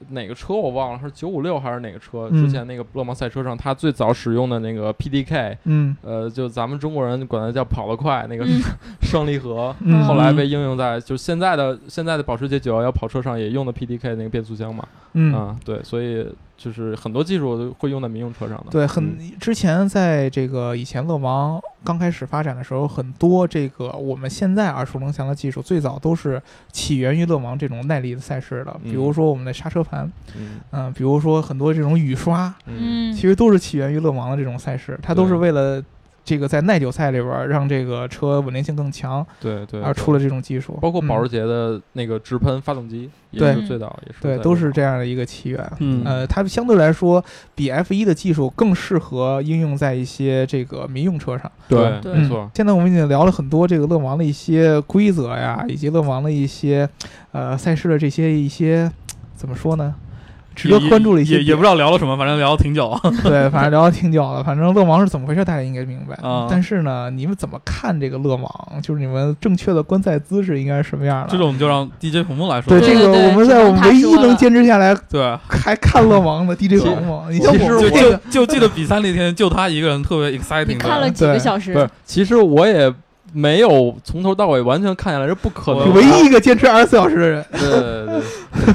[SPEAKER 3] 哪个车我忘了，是九五六还是哪个车？
[SPEAKER 2] 嗯
[SPEAKER 3] 之前那个勒芒赛车上，它最早使用的那个 PDK，
[SPEAKER 2] 嗯
[SPEAKER 3] 呃，就咱们中国人管它叫跑得快 那个
[SPEAKER 1] 嗯
[SPEAKER 3] 双离合。
[SPEAKER 2] 嗯，
[SPEAKER 3] 后来被应用在就现在的现在的保时捷911跑车上也用的 PDK 那个变速箱嘛，
[SPEAKER 2] 嗯。
[SPEAKER 3] 啊，对，所以就是很多技术都会用在民用车上的。
[SPEAKER 2] 对，
[SPEAKER 3] 嗯
[SPEAKER 2] 很之前在这个以前乐芒刚开始发展的时候，很多这个我们现在耳熟能详的技术，最早都是起源于乐芒这种耐力的赛事的，
[SPEAKER 3] 嗯
[SPEAKER 2] 比如说我们的刹车盘，
[SPEAKER 3] 嗯
[SPEAKER 2] 嗯、比如说很多这种雨刷，
[SPEAKER 3] 嗯
[SPEAKER 1] 嗯，
[SPEAKER 2] 其实都是起源于乐芒的这种赛事，它都是
[SPEAKER 3] 对
[SPEAKER 2] 为了这个在耐久赛里边儿让这个车稳定性更强
[SPEAKER 3] 对对，
[SPEAKER 2] 而
[SPEAKER 3] 对
[SPEAKER 2] 出了这种技术，
[SPEAKER 3] 包括保时
[SPEAKER 2] 嗯、
[SPEAKER 3] 捷的那个直喷发动机，也
[SPEAKER 2] 对
[SPEAKER 3] 是最早也是
[SPEAKER 2] 对
[SPEAKER 3] 在
[SPEAKER 2] 都
[SPEAKER 3] 日
[SPEAKER 2] 是
[SPEAKER 3] 本
[SPEAKER 2] 这样的一个起源。
[SPEAKER 4] 嗯，
[SPEAKER 2] 呃，它相对来说比 F 一的技术更适合应用在一些这个民用车上。嗯
[SPEAKER 3] 对，
[SPEAKER 1] 对
[SPEAKER 3] 没错，
[SPEAKER 2] 现在我们已经聊了很多这个勒芒的一些规则呀，以及勒芒的一些呃赛事的这些一些怎么说呢？值得
[SPEAKER 4] 也
[SPEAKER 2] 关注的一些
[SPEAKER 4] 也也不
[SPEAKER 2] 点
[SPEAKER 4] 知道聊了什么，反正聊了挺久 啊。
[SPEAKER 2] 对，反正聊的挺久了。反正勒芒是怎么回事，大家应该明白。
[SPEAKER 4] 啊
[SPEAKER 2] 但是呢，你们怎么看这个勒芒？就是你们正确的观赛姿势应该是什么样的？
[SPEAKER 4] 这种就让 DJ 彭彭来说
[SPEAKER 2] 对
[SPEAKER 4] 吧。
[SPEAKER 1] 对
[SPEAKER 2] 这个，
[SPEAKER 1] 对
[SPEAKER 2] 我们在我
[SPEAKER 1] 只能他
[SPEAKER 2] 唯一
[SPEAKER 1] 说
[SPEAKER 2] 能
[SPEAKER 1] 了
[SPEAKER 2] 坚持下来
[SPEAKER 4] 对，
[SPEAKER 2] 还看勒芒的 DJ
[SPEAKER 3] 其
[SPEAKER 2] 王吗？你
[SPEAKER 3] 其
[SPEAKER 2] 像
[SPEAKER 3] 实
[SPEAKER 2] 我
[SPEAKER 3] 我
[SPEAKER 4] 就
[SPEAKER 2] 们这
[SPEAKER 4] 就
[SPEAKER 2] 个，
[SPEAKER 4] 就记得比赛那天就他一个人特别
[SPEAKER 1] 你
[SPEAKER 4] exciting，
[SPEAKER 1] 看
[SPEAKER 4] 对吧
[SPEAKER 1] 了几个
[SPEAKER 2] 对
[SPEAKER 1] 小时
[SPEAKER 3] 不？是，其实我也没有从头到尾完全看下来，是不可能啊
[SPEAKER 4] 我
[SPEAKER 3] 的。
[SPEAKER 2] 唯一一个坚持二十四小时的人，
[SPEAKER 3] 对对对，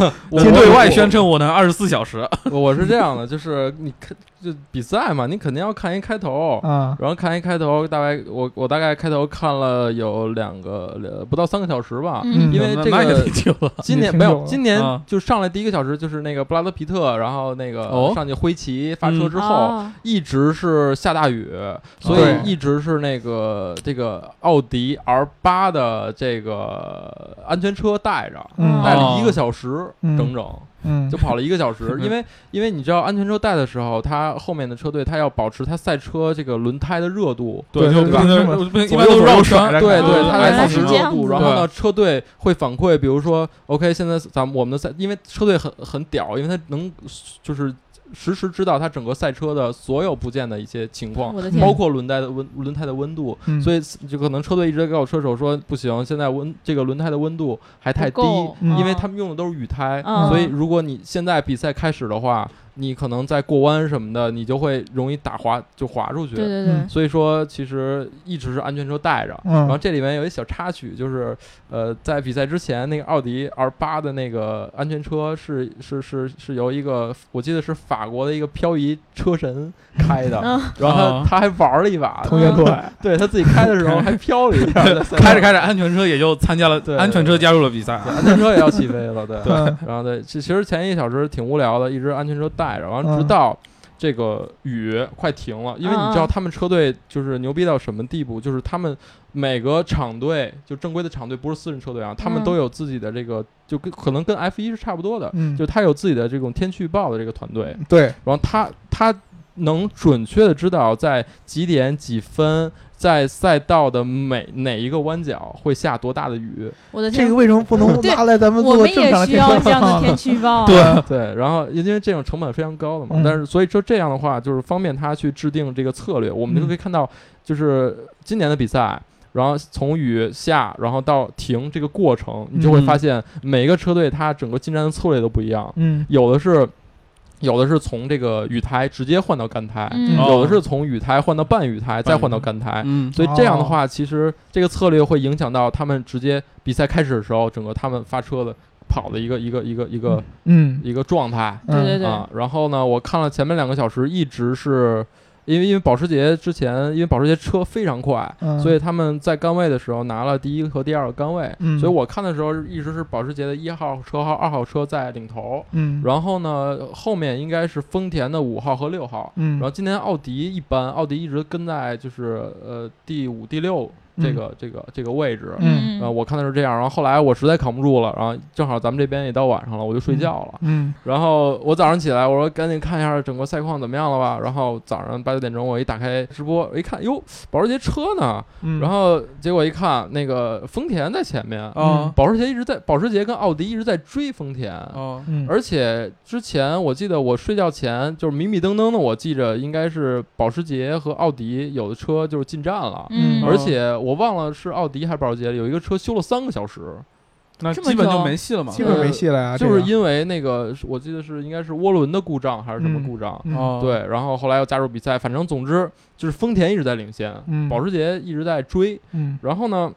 [SPEAKER 3] 我
[SPEAKER 4] 我
[SPEAKER 2] 对
[SPEAKER 4] 对外宣称我能二十四小时，
[SPEAKER 3] 我我是这样的，就是你看就比赛嘛，你肯定要看一开头。
[SPEAKER 2] 啊，
[SPEAKER 3] 然后看一开头，大概我我大概开头看了有两个呃不到三个小时吧。
[SPEAKER 2] 嗯
[SPEAKER 3] 因为这
[SPEAKER 4] 那也
[SPEAKER 3] 个
[SPEAKER 4] 挺久了。
[SPEAKER 3] 今
[SPEAKER 2] 你
[SPEAKER 3] 年
[SPEAKER 2] 听
[SPEAKER 3] 没
[SPEAKER 2] 懂
[SPEAKER 3] 有，
[SPEAKER 2] 了
[SPEAKER 3] 今年
[SPEAKER 4] 啊
[SPEAKER 3] 就上来第一个小时就是那个布拉德皮特，然后那
[SPEAKER 4] 哦
[SPEAKER 3] 个上去挥旗发车
[SPEAKER 4] 嗯
[SPEAKER 3] 之后，
[SPEAKER 1] 哦
[SPEAKER 3] 一直是下大雨，所
[SPEAKER 2] 对
[SPEAKER 3] 以一直是那个这个奥迪 R 八的这个安全车带着，
[SPEAKER 2] 嗯
[SPEAKER 3] 带
[SPEAKER 4] 哦
[SPEAKER 3] 了一个小时
[SPEAKER 2] 嗯
[SPEAKER 3] 整整。
[SPEAKER 2] 嗯
[SPEAKER 3] 哎就跑了一个 小时，因为因为你知道安全车带的时候，它后面的车队它要保持它赛车这个轮胎的热度，
[SPEAKER 4] 对，就
[SPEAKER 2] 对
[SPEAKER 4] 不
[SPEAKER 2] 吧
[SPEAKER 4] 能
[SPEAKER 2] 这么
[SPEAKER 4] 不能一
[SPEAKER 2] 左
[SPEAKER 4] 般
[SPEAKER 2] 右
[SPEAKER 4] 都
[SPEAKER 2] 左
[SPEAKER 4] 绕
[SPEAKER 2] 右甩
[SPEAKER 4] 圈，嗯
[SPEAKER 2] 着
[SPEAKER 3] 对
[SPEAKER 2] 看
[SPEAKER 3] 对，
[SPEAKER 1] 哦
[SPEAKER 3] 它
[SPEAKER 1] 原来
[SPEAKER 3] 来保
[SPEAKER 1] 是
[SPEAKER 3] 持
[SPEAKER 1] 这
[SPEAKER 3] 热
[SPEAKER 1] 样
[SPEAKER 3] 度，
[SPEAKER 1] 子
[SPEAKER 3] 然后
[SPEAKER 4] 对
[SPEAKER 3] 呢，车队会反馈，比如说 OK，现在咱们我们的赛，因为车队很很屌，因为它能就是实时知道它整个赛车的所有部件的一些情况
[SPEAKER 1] 我的，天
[SPEAKER 3] 包括轮胎的温轮胎的温度，
[SPEAKER 2] 嗯
[SPEAKER 3] 所以就可能车队一直告诉车手说不行，现在温这个轮胎的温度还太低
[SPEAKER 1] 不，够
[SPEAKER 2] 嗯
[SPEAKER 3] 因为他们用的都是雨胎，
[SPEAKER 1] 嗯
[SPEAKER 3] 所以如果你现在比赛开始的话，你可能在过弯什么的，你就会容易打滑就滑出去。
[SPEAKER 1] 对对对
[SPEAKER 2] 嗯，
[SPEAKER 3] 所以说，其实一直是安全车带着。
[SPEAKER 2] 嗯
[SPEAKER 3] 然后这里面有一小插曲，就是呃，在比赛之前，那个奥迪 R 八的那个安全车是是是是由一个我记得是法国的一个漂移车神开 的，
[SPEAKER 1] 嗯
[SPEAKER 3] 然后
[SPEAKER 4] 啊
[SPEAKER 3] 他他还玩了一把，
[SPEAKER 2] 同学
[SPEAKER 1] 嗯
[SPEAKER 2] 多爱，
[SPEAKER 3] 对他自己开的时候还飘了一下，在赛道
[SPEAKER 4] 开着开着，安全车也就参加了
[SPEAKER 3] 对，
[SPEAKER 4] 安全车加入了比赛啊。
[SPEAKER 3] 对安全车也要起飞了， 对。
[SPEAKER 2] 嗯
[SPEAKER 3] 然后对，其其实前一小时挺无聊的，一直安全车带着，完
[SPEAKER 2] 嗯
[SPEAKER 3] 了直到这个雨快停了，因为你知
[SPEAKER 1] 嗯
[SPEAKER 3] 道
[SPEAKER 1] 嗯
[SPEAKER 3] 他们车队就是牛逼到什么地步，就是他们每个场队就正规的场队，不是私人车队啊，他们
[SPEAKER 1] 嗯
[SPEAKER 3] 都有自己的这个，就跟可能跟 F 一是差不多的，
[SPEAKER 2] 嗯，
[SPEAKER 3] 就他有自己的这种天气预报的这个团队，
[SPEAKER 2] 对，
[SPEAKER 3] 然后他他能准确的知道在几点几分。在赛道的每哪一个弯角会下多大的雨？
[SPEAKER 1] 我的
[SPEAKER 2] 这
[SPEAKER 1] 天
[SPEAKER 2] 个，为什么不能
[SPEAKER 1] 对
[SPEAKER 2] 拿来咱们
[SPEAKER 1] 我
[SPEAKER 2] 做
[SPEAKER 1] 们
[SPEAKER 2] 正
[SPEAKER 1] 也
[SPEAKER 2] 常的
[SPEAKER 1] 需
[SPEAKER 2] 天气
[SPEAKER 1] 要
[SPEAKER 2] 预
[SPEAKER 1] 这样的
[SPEAKER 2] 报
[SPEAKER 1] 天
[SPEAKER 2] 呢？
[SPEAKER 1] 气预报啊。
[SPEAKER 2] 对，
[SPEAKER 3] 对，然后因为这种成本非常高的嘛，
[SPEAKER 2] 嗯
[SPEAKER 3] 但是所以就这样的话，就是方便他去制定这个策略。我们就可以看到，就是今年的比赛，然后从雨下，然后到停这个过程，你就会
[SPEAKER 4] 嗯
[SPEAKER 3] 发现每个车队它整个进站的策略都不一样，
[SPEAKER 2] 嗯
[SPEAKER 3] 有的是。有的是从这个雨胎直接换到干胎，
[SPEAKER 1] 嗯
[SPEAKER 2] 哦
[SPEAKER 3] 有的是从雨胎换到半雨胎，再换到干胎，
[SPEAKER 4] 嗯，
[SPEAKER 3] 所以这样的
[SPEAKER 2] 哦
[SPEAKER 3] 话，其实这个策略会影响到他们直接比赛开始的时候，整个他们发车的跑的一个一个一个一个
[SPEAKER 2] 嗯，
[SPEAKER 3] 一个状态
[SPEAKER 1] 对对
[SPEAKER 2] 嗯
[SPEAKER 1] 对，
[SPEAKER 3] 啊。然后呢，我看了前面两个小时，一直是因为因为保时捷之前，因为保时捷车非常快，
[SPEAKER 2] 嗯
[SPEAKER 3] 所以他们在杆位的时候拿了第一和第二个杆位，
[SPEAKER 2] 嗯
[SPEAKER 3] 所以我看的时候一直是保时捷的一号车和二号车在领头，
[SPEAKER 2] 嗯，
[SPEAKER 3] 然后呢后面应该是丰田的五号和六号。
[SPEAKER 2] 嗯，
[SPEAKER 3] 然后今年奥迪一般，奥迪一直跟在就是呃第五、第六这个、这个这个位置，
[SPEAKER 2] 嗯
[SPEAKER 1] 嗯
[SPEAKER 3] 呃，我看的是这样，然后后来我实在扛不住了，然后正好咱们这边也到晚上了，我就睡觉了。
[SPEAKER 2] 嗯
[SPEAKER 3] 然后我早上起来，我说赶紧看一下整个赛况怎么样了吧。然后早上八九点钟，我一打开直播，我一看，哟，保时捷车呢？
[SPEAKER 2] 嗯，
[SPEAKER 3] 然后结果一看，那个丰田在前面，
[SPEAKER 2] 哦
[SPEAKER 4] 啊
[SPEAKER 3] 保时捷一直在，保时捷跟奥迪一直在追丰田。
[SPEAKER 4] 哦，
[SPEAKER 2] 嗯
[SPEAKER 3] 而且之前我记得我睡觉前就是迷迷瞪瞪的，我记着应该是保时捷和奥迪有的车就是进站了，
[SPEAKER 1] 嗯，
[SPEAKER 3] 而且我忘了是奥迪还是保时捷，有一个车修了三个小时，
[SPEAKER 4] 那
[SPEAKER 1] 这么
[SPEAKER 4] 基本就
[SPEAKER 1] 久
[SPEAKER 4] 没戏了嘛。
[SPEAKER 2] 基本没戏了呀，
[SPEAKER 3] 就是因为那个是我记得是应该是涡轮的故障还是什么故障，
[SPEAKER 2] 因
[SPEAKER 4] 哦，，
[SPEAKER 3] 对，然后后来又加入比赛，反正总之就是丰田一直在领先，
[SPEAKER 2] 嗯
[SPEAKER 3] 保时捷一直在追，
[SPEAKER 2] 嗯
[SPEAKER 3] 然后呢。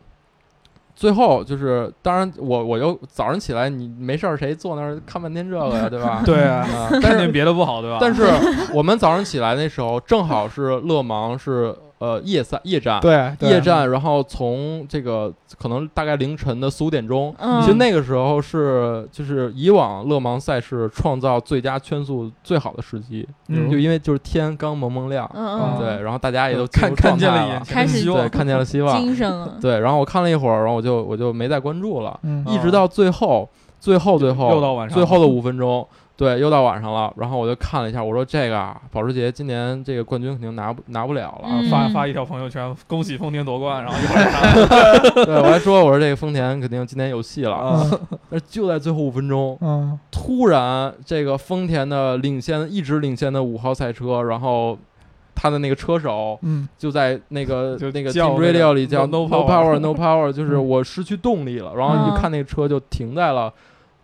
[SPEAKER 3] 最后就是，当然我我又早上起来，你没事儿谁坐那儿看半天这个呀，对吧？
[SPEAKER 4] 对啊，
[SPEAKER 3] 啊，但
[SPEAKER 4] 看
[SPEAKER 3] 是
[SPEAKER 4] 见别的不好，对吧？
[SPEAKER 3] 但是 我们早上起来那时候，正好是勒芒是呃夜赛夜战，
[SPEAKER 2] 对对
[SPEAKER 3] 夜战，然后从这个可能大概凌晨的四五点钟，
[SPEAKER 1] 嗯
[SPEAKER 3] 其实那个时候是就是以往勒芒赛事创造最佳圈速最好的时机，
[SPEAKER 2] 嗯
[SPEAKER 3] 就因为就是天刚蒙蒙亮，
[SPEAKER 1] 嗯
[SPEAKER 2] 啊
[SPEAKER 1] 嗯，
[SPEAKER 3] 对，然后大家也都进
[SPEAKER 4] 看
[SPEAKER 3] 入
[SPEAKER 4] 看
[SPEAKER 3] 状
[SPEAKER 4] 见
[SPEAKER 3] 态
[SPEAKER 4] 了眼
[SPEAKER 3] 了，
[SPEAKER 4] 前
[SPEAKER 1] 开
[SPEAKER 4] 的
[SPEAKER 1] 始
[SPEAKER 4] 希
[SPEAKER 3] 对，
[SPEAKER 4] 望，
[SPEAKER 3] 看见了希望，
[SPEAKER 1] 精神了，
[SPEAKER 3] 对，然后我看了一会儿，然后我就我就没再关注了，
[SPEAKER 2] 嗯
[SPEAKER 3] 一直到最后，最后最后
[SPEAKER 4] 哦又到晚上
[SPEAKER 3] 最
[SPEAKER 4] 了
[SPEAKER 3] 后的五分钟，对，又到晚上了。然后我就看了一下，我说这个啊，保时捷今年这个冠军肯定拿不拿不了了。
[SPEAKER 1] 嗯
[SPEAKER 4] 发发一条朋友圈，恭喜丰田夺冠，然后一会儿
[SPEAKER 3] 对我还说我说这个丰田肯定今年有戏了。
[SPEAKER 4] 啊
[SPEAKER 3] 但是就在最后五分钟，
[SPEAKER 2] 嗯
[SPEAKER 3] 突然这个丰田的领先一直领先的五号赛车，然后他的那个车手
[SPEAKER 2] 嗯
[SPEAKER 3] 就在那个
[SPEAKER 4] 就
[SPEAKER 3] 那个
[SPEAKER 4] 叫
[SPEAKER 3] Team
[SPEAKER 4] 那个
[SPEAKER 3] Radio 里叫
[SPEAKER 4] “No- no
[SPEAKER 3] power
[SPEAKER 4] power”
[SPEAKER 3] no power，就是
[SPEAKER 2] 嗯
[SPEAKER 3] 我失去动力了。然后你就
[SPEAKER 1] 嗯
[SPEAKER 3] 看那个车就停在了，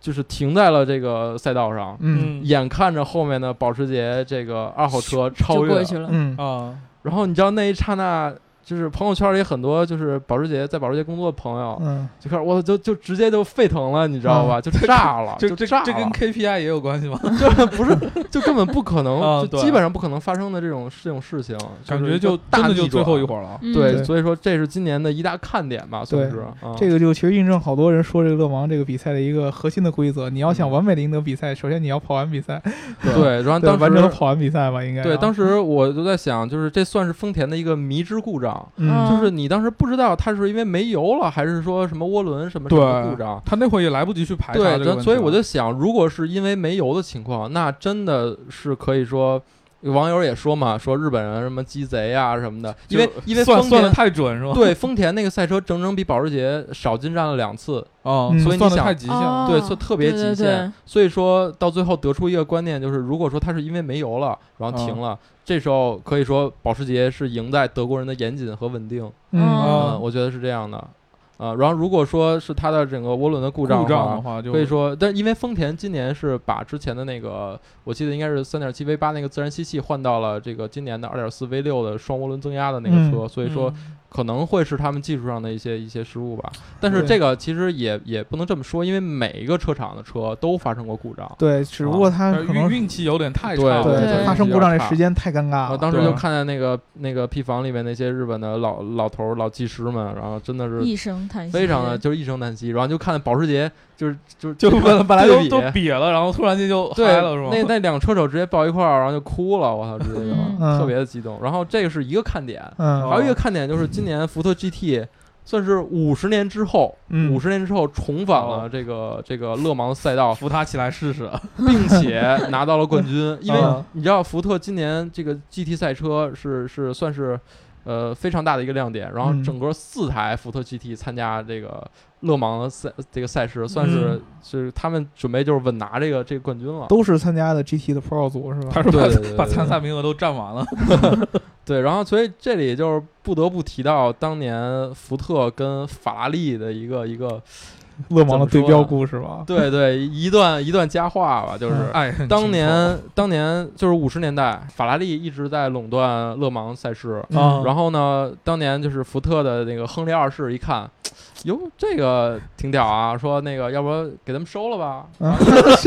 [SPEAKER 3] 就是停在了这个赛道上。
[SPEAKER 2] 嗯
[SPEAKER 3] 眼看着后面的保时捷这个二号车超
[SPEAKER 1] 就
[SPEAKER 3] 越
[SPEAKER 1] 过，去了，
[SPEAKER 2] 嗯
[SPEAKER 4] 啊，
[SPEAKER 3] 然后你知道那一刹那，就是朋友圈里很多就是保时捷在保时捷工作的朋友，
[SPEAKER 2] 嗯，
[SPEAKER 3] 就开始我就就直接就沸腾了，你知道吧？就炸 了，
[SPEAKER 4] 这
[SPEAKER 3] 就
[SPEAKER 4] 这
[SPEAKER 3] 炸
[SPEAKER 4] 这 跟
[SPEAKER 3] 了，
[SPEAKER 4] KPI 也有关系吗？
[SPEAKER 3] 这不是就根本不可
[SPEAKER 4] 啊
[SPEAKER 3] 能，就
[SPEAKER 4] 对
[SPEAKER 3] 基本上不可能发生的这种这种事情，
[SPEAKER 4] 感
[SPEAKER 3] 是
[SPEAKER 4] 觉
[SPEAKER 3] 一个
[SPEAKER 4] 就
[SPEAKER 3] 大
[SPEAKER 4] 真的就
[SPEAKER 3] 逆
[SPEAKER 4] 最后一会
[SPEAKER 3] 转。
[SPEAKER 4] 儿了。
[SPEAKER 1] 嗯
[SPEAKER 3] 对，
[SPEAKER 2] 对
[SPEAKER 3] 所以说这是今年的一大看点吧，算
[SPEAKER 2] 对
[SPEAKER 3] 是。啊
[SPEAKER 2] 这个就其实印证好多人说这个勒芒这个比赛的一个核心的规则，你要想完美的赢得比赛，首先你要跑完比赛，
[SPEAKER 3] 对，然后
[SPEAKER 2] 对，
[SPEAKER 3] 当
[SPEAKER 2] 完整的
[SPEAKER 3] 时
[SPEAKER 2] 跑完比赛吧，应该啊
[SPEAKER 3] 对，当
[SPEAKER 2] 时
[SPEAKER 3] 时我就在想，就是这算是丰田的一个迷之故障，障，
[SPEAKER 1] 嗯
[SPEAKER 3] 就是你当时不知道它是因为没油了，还是说什么涡轮什么什
[SPEAKER 4] 对
[SPEAKER 3] 么故障。
[SPEAKER 4] 他那会儿也来不及去排查
[SPEAKER 3] 对
[SPEAKER 4] 这，个问
[SPEAKER 3] 咱
[SPEAKER 4] 题
[SPEAKER 3] 所以我就想，如果是因为没油的情况，那真的是可以说，网友也说嘛，说日本人什么鸡贼啊什么的，因为
[SPEAKER 4] 就
[SPEAKER 3] 因为
[SPEAKER 4] 算
[SPEAKER 3] 丰
[SPEAKER 4] 算的
[SPEAKER 3] 田
[SPEAKER 4] 太准是吧？
[SPEAKER 3] 对丰田那个赛车整整比保时捷少进站了两次，
[SPEAKER 4] 啊
[SPEAKER 2] 嗯，
[SPEAKER 3] 所以你
[SPEAKER 4] 算的
[SPEAKER 3] 想
[SPEAKER 4] 太极限了。
[SPEAKER 1] 哦
[SPEAKER 3] 对，特特别极
[SPEAKER 1] 对
[SPEAKER 3] 限。
[SPEAKER 1] 对对
[SPEAKER 3] 所以说到最后得出一个观念，就是如果说它是因为没油了，然后停了，这时候可以说保时捷是赢在德国人的严谨和稳定。
[SPEAKER 1] 嗯
[SPEAKER 3] 嗯，
[SPEAKER 4] 啊
[SPEAKER 3] 我觉得是这样的。啊、然后如果说是它的整个涡轮的故障
[SPEAKER 4] 故
[SPEAKER 3] 的
[SPEAKER 4] 障
[SPEAKER 3] 话
[SPEAKER 4] 的，话就
[SPEAKER 3] 可以说，但因为丰田今年是把之前的那个，我记得应该是三点七 V 八那个自然吸气换到了这个今年的二点四 V 六的双涡轮增压的那个
[SPEAKER 2] 嗯
[SPEAKER 3] 车，所以说
[SPEAKER 4] 嗯
[SPEAKER 3] 可能会是他们技术上的一些一些失误吧。但是
[SPEAKER 2] 对
[SPEAKER 3] 这个其实也也不能这么说，因为每一个车厂的车都发生过故障。
[SPEAKER 2] 对，只不过它
[SPEAKER 4] 呃
[SPEAKER 2] 可
[SPEAKER 4] 运
[SPEAKER 2] 能
[SPEAKER 4] 运气有点太差
[SPEAKER 3] 对
[SPEAKER 4] 了，
[SPEAKER 1] 对
[SPEAKER 2] 对
[SPEAKER 1] 对
[SPEAKER 2] 发生故障这时间太尴
[SPEAKER 3] 然
[SPEAKER 2] 尬
[SPEAKER 3] 后
[SPEAKER 2] 了。
[SPEAKER 3] 啊当时就
[SPEAKER 4] 对
[SPEAKER 3] 看见那个那个屁房里面那些日本的老老头儿老技师们，然后真的是
[SPEAKER 1] 一声叹息，
[SPEAKER 3] 非常的就是一声叹息，然后就看保时捷就是就是
[SPEAKER 4] 嗯就
[SPEAKER 3] 对
[SPEAKER 4] 本本来
[SPEAKER 3] 对
[SPEAKER 4] 都
[SPEAKER 3] 比
[SPEAKER 4] 都瘪了，然后突然间就
[SPEAKER 3] 对
[SPEAKER 4] 嗨了是吗？
[SPEAKER 3] 那那两车手直接抱一块儿，然后就哭了，我操，直接就。
[SPEAKER 1] 嗯
[SPEAKER 2] 嗯
[SPEAKER 3] 特别的激动。然后这个是一个看点，
[SPEAKER 2] 嗯
[SPEAKER 3] 还有一个看点就是今年福特 GT 算是五十年之后，
[SPEAKER 2] 嗯
[SPEAKER 3] 五十年之后重返
[SPEAKER 4] 哦
[SPEAKER 3] 了这个这个勒芒赛 道，
[SPEAKER 4] 扶他起来试试。
[SPEAKER 3] 并且拿到了冠 军。因为
[SPEAKER 2] 嗯
[SPEAKER 3] 你知道福特今年这个 GT 赛车是是算是。呃，非常大的一个亮点。然后
[SPEAKER 2] 嗯
[SPEAKER 3] 整个四台福特 GT 参加这个勒芒的赛这个赛事，算是、是他们准备就是稳拿这个这个冠军了。
[SPEAKER 2] 嗯都是参加的 GT 的 Pro 组是吧
[SPEAKER 4] 他？说
[SPEAKER 3] 对对对对
[SPEAKER 4] 把把参赛名额都占完了，
[SPEAKER 3] 对，然后所以这里就是不得不提到当年福特跟法拉利的一个一个，
[SPEAKER 2] 勒芒的对
[SPEAKER 3] 怎么说
[SPEAKER 2] 标
[SPEAKER 3] 呢。
[SPEAKER 2] 故事吧
[SPEAKER 3] 对对，一段一段佳话吧，就是
[SPEAKER 2] 嗯。
[SPEAKER 4] 哎，很
[SPEAKER 3] 当
[SPEAKER 4] 轻
[SPEAKER 3] 年，当年就是五十年代，法拉利一直在垄断勒芒赛事。
[SPEAKER 4] 松啊，
[SPEAKER 3] 然后呢，当年就是福特的那个亨利二世一看，哟，这个挺屌啊，说那个要不给他们收了吧？
[SPEAKER 2] 嗯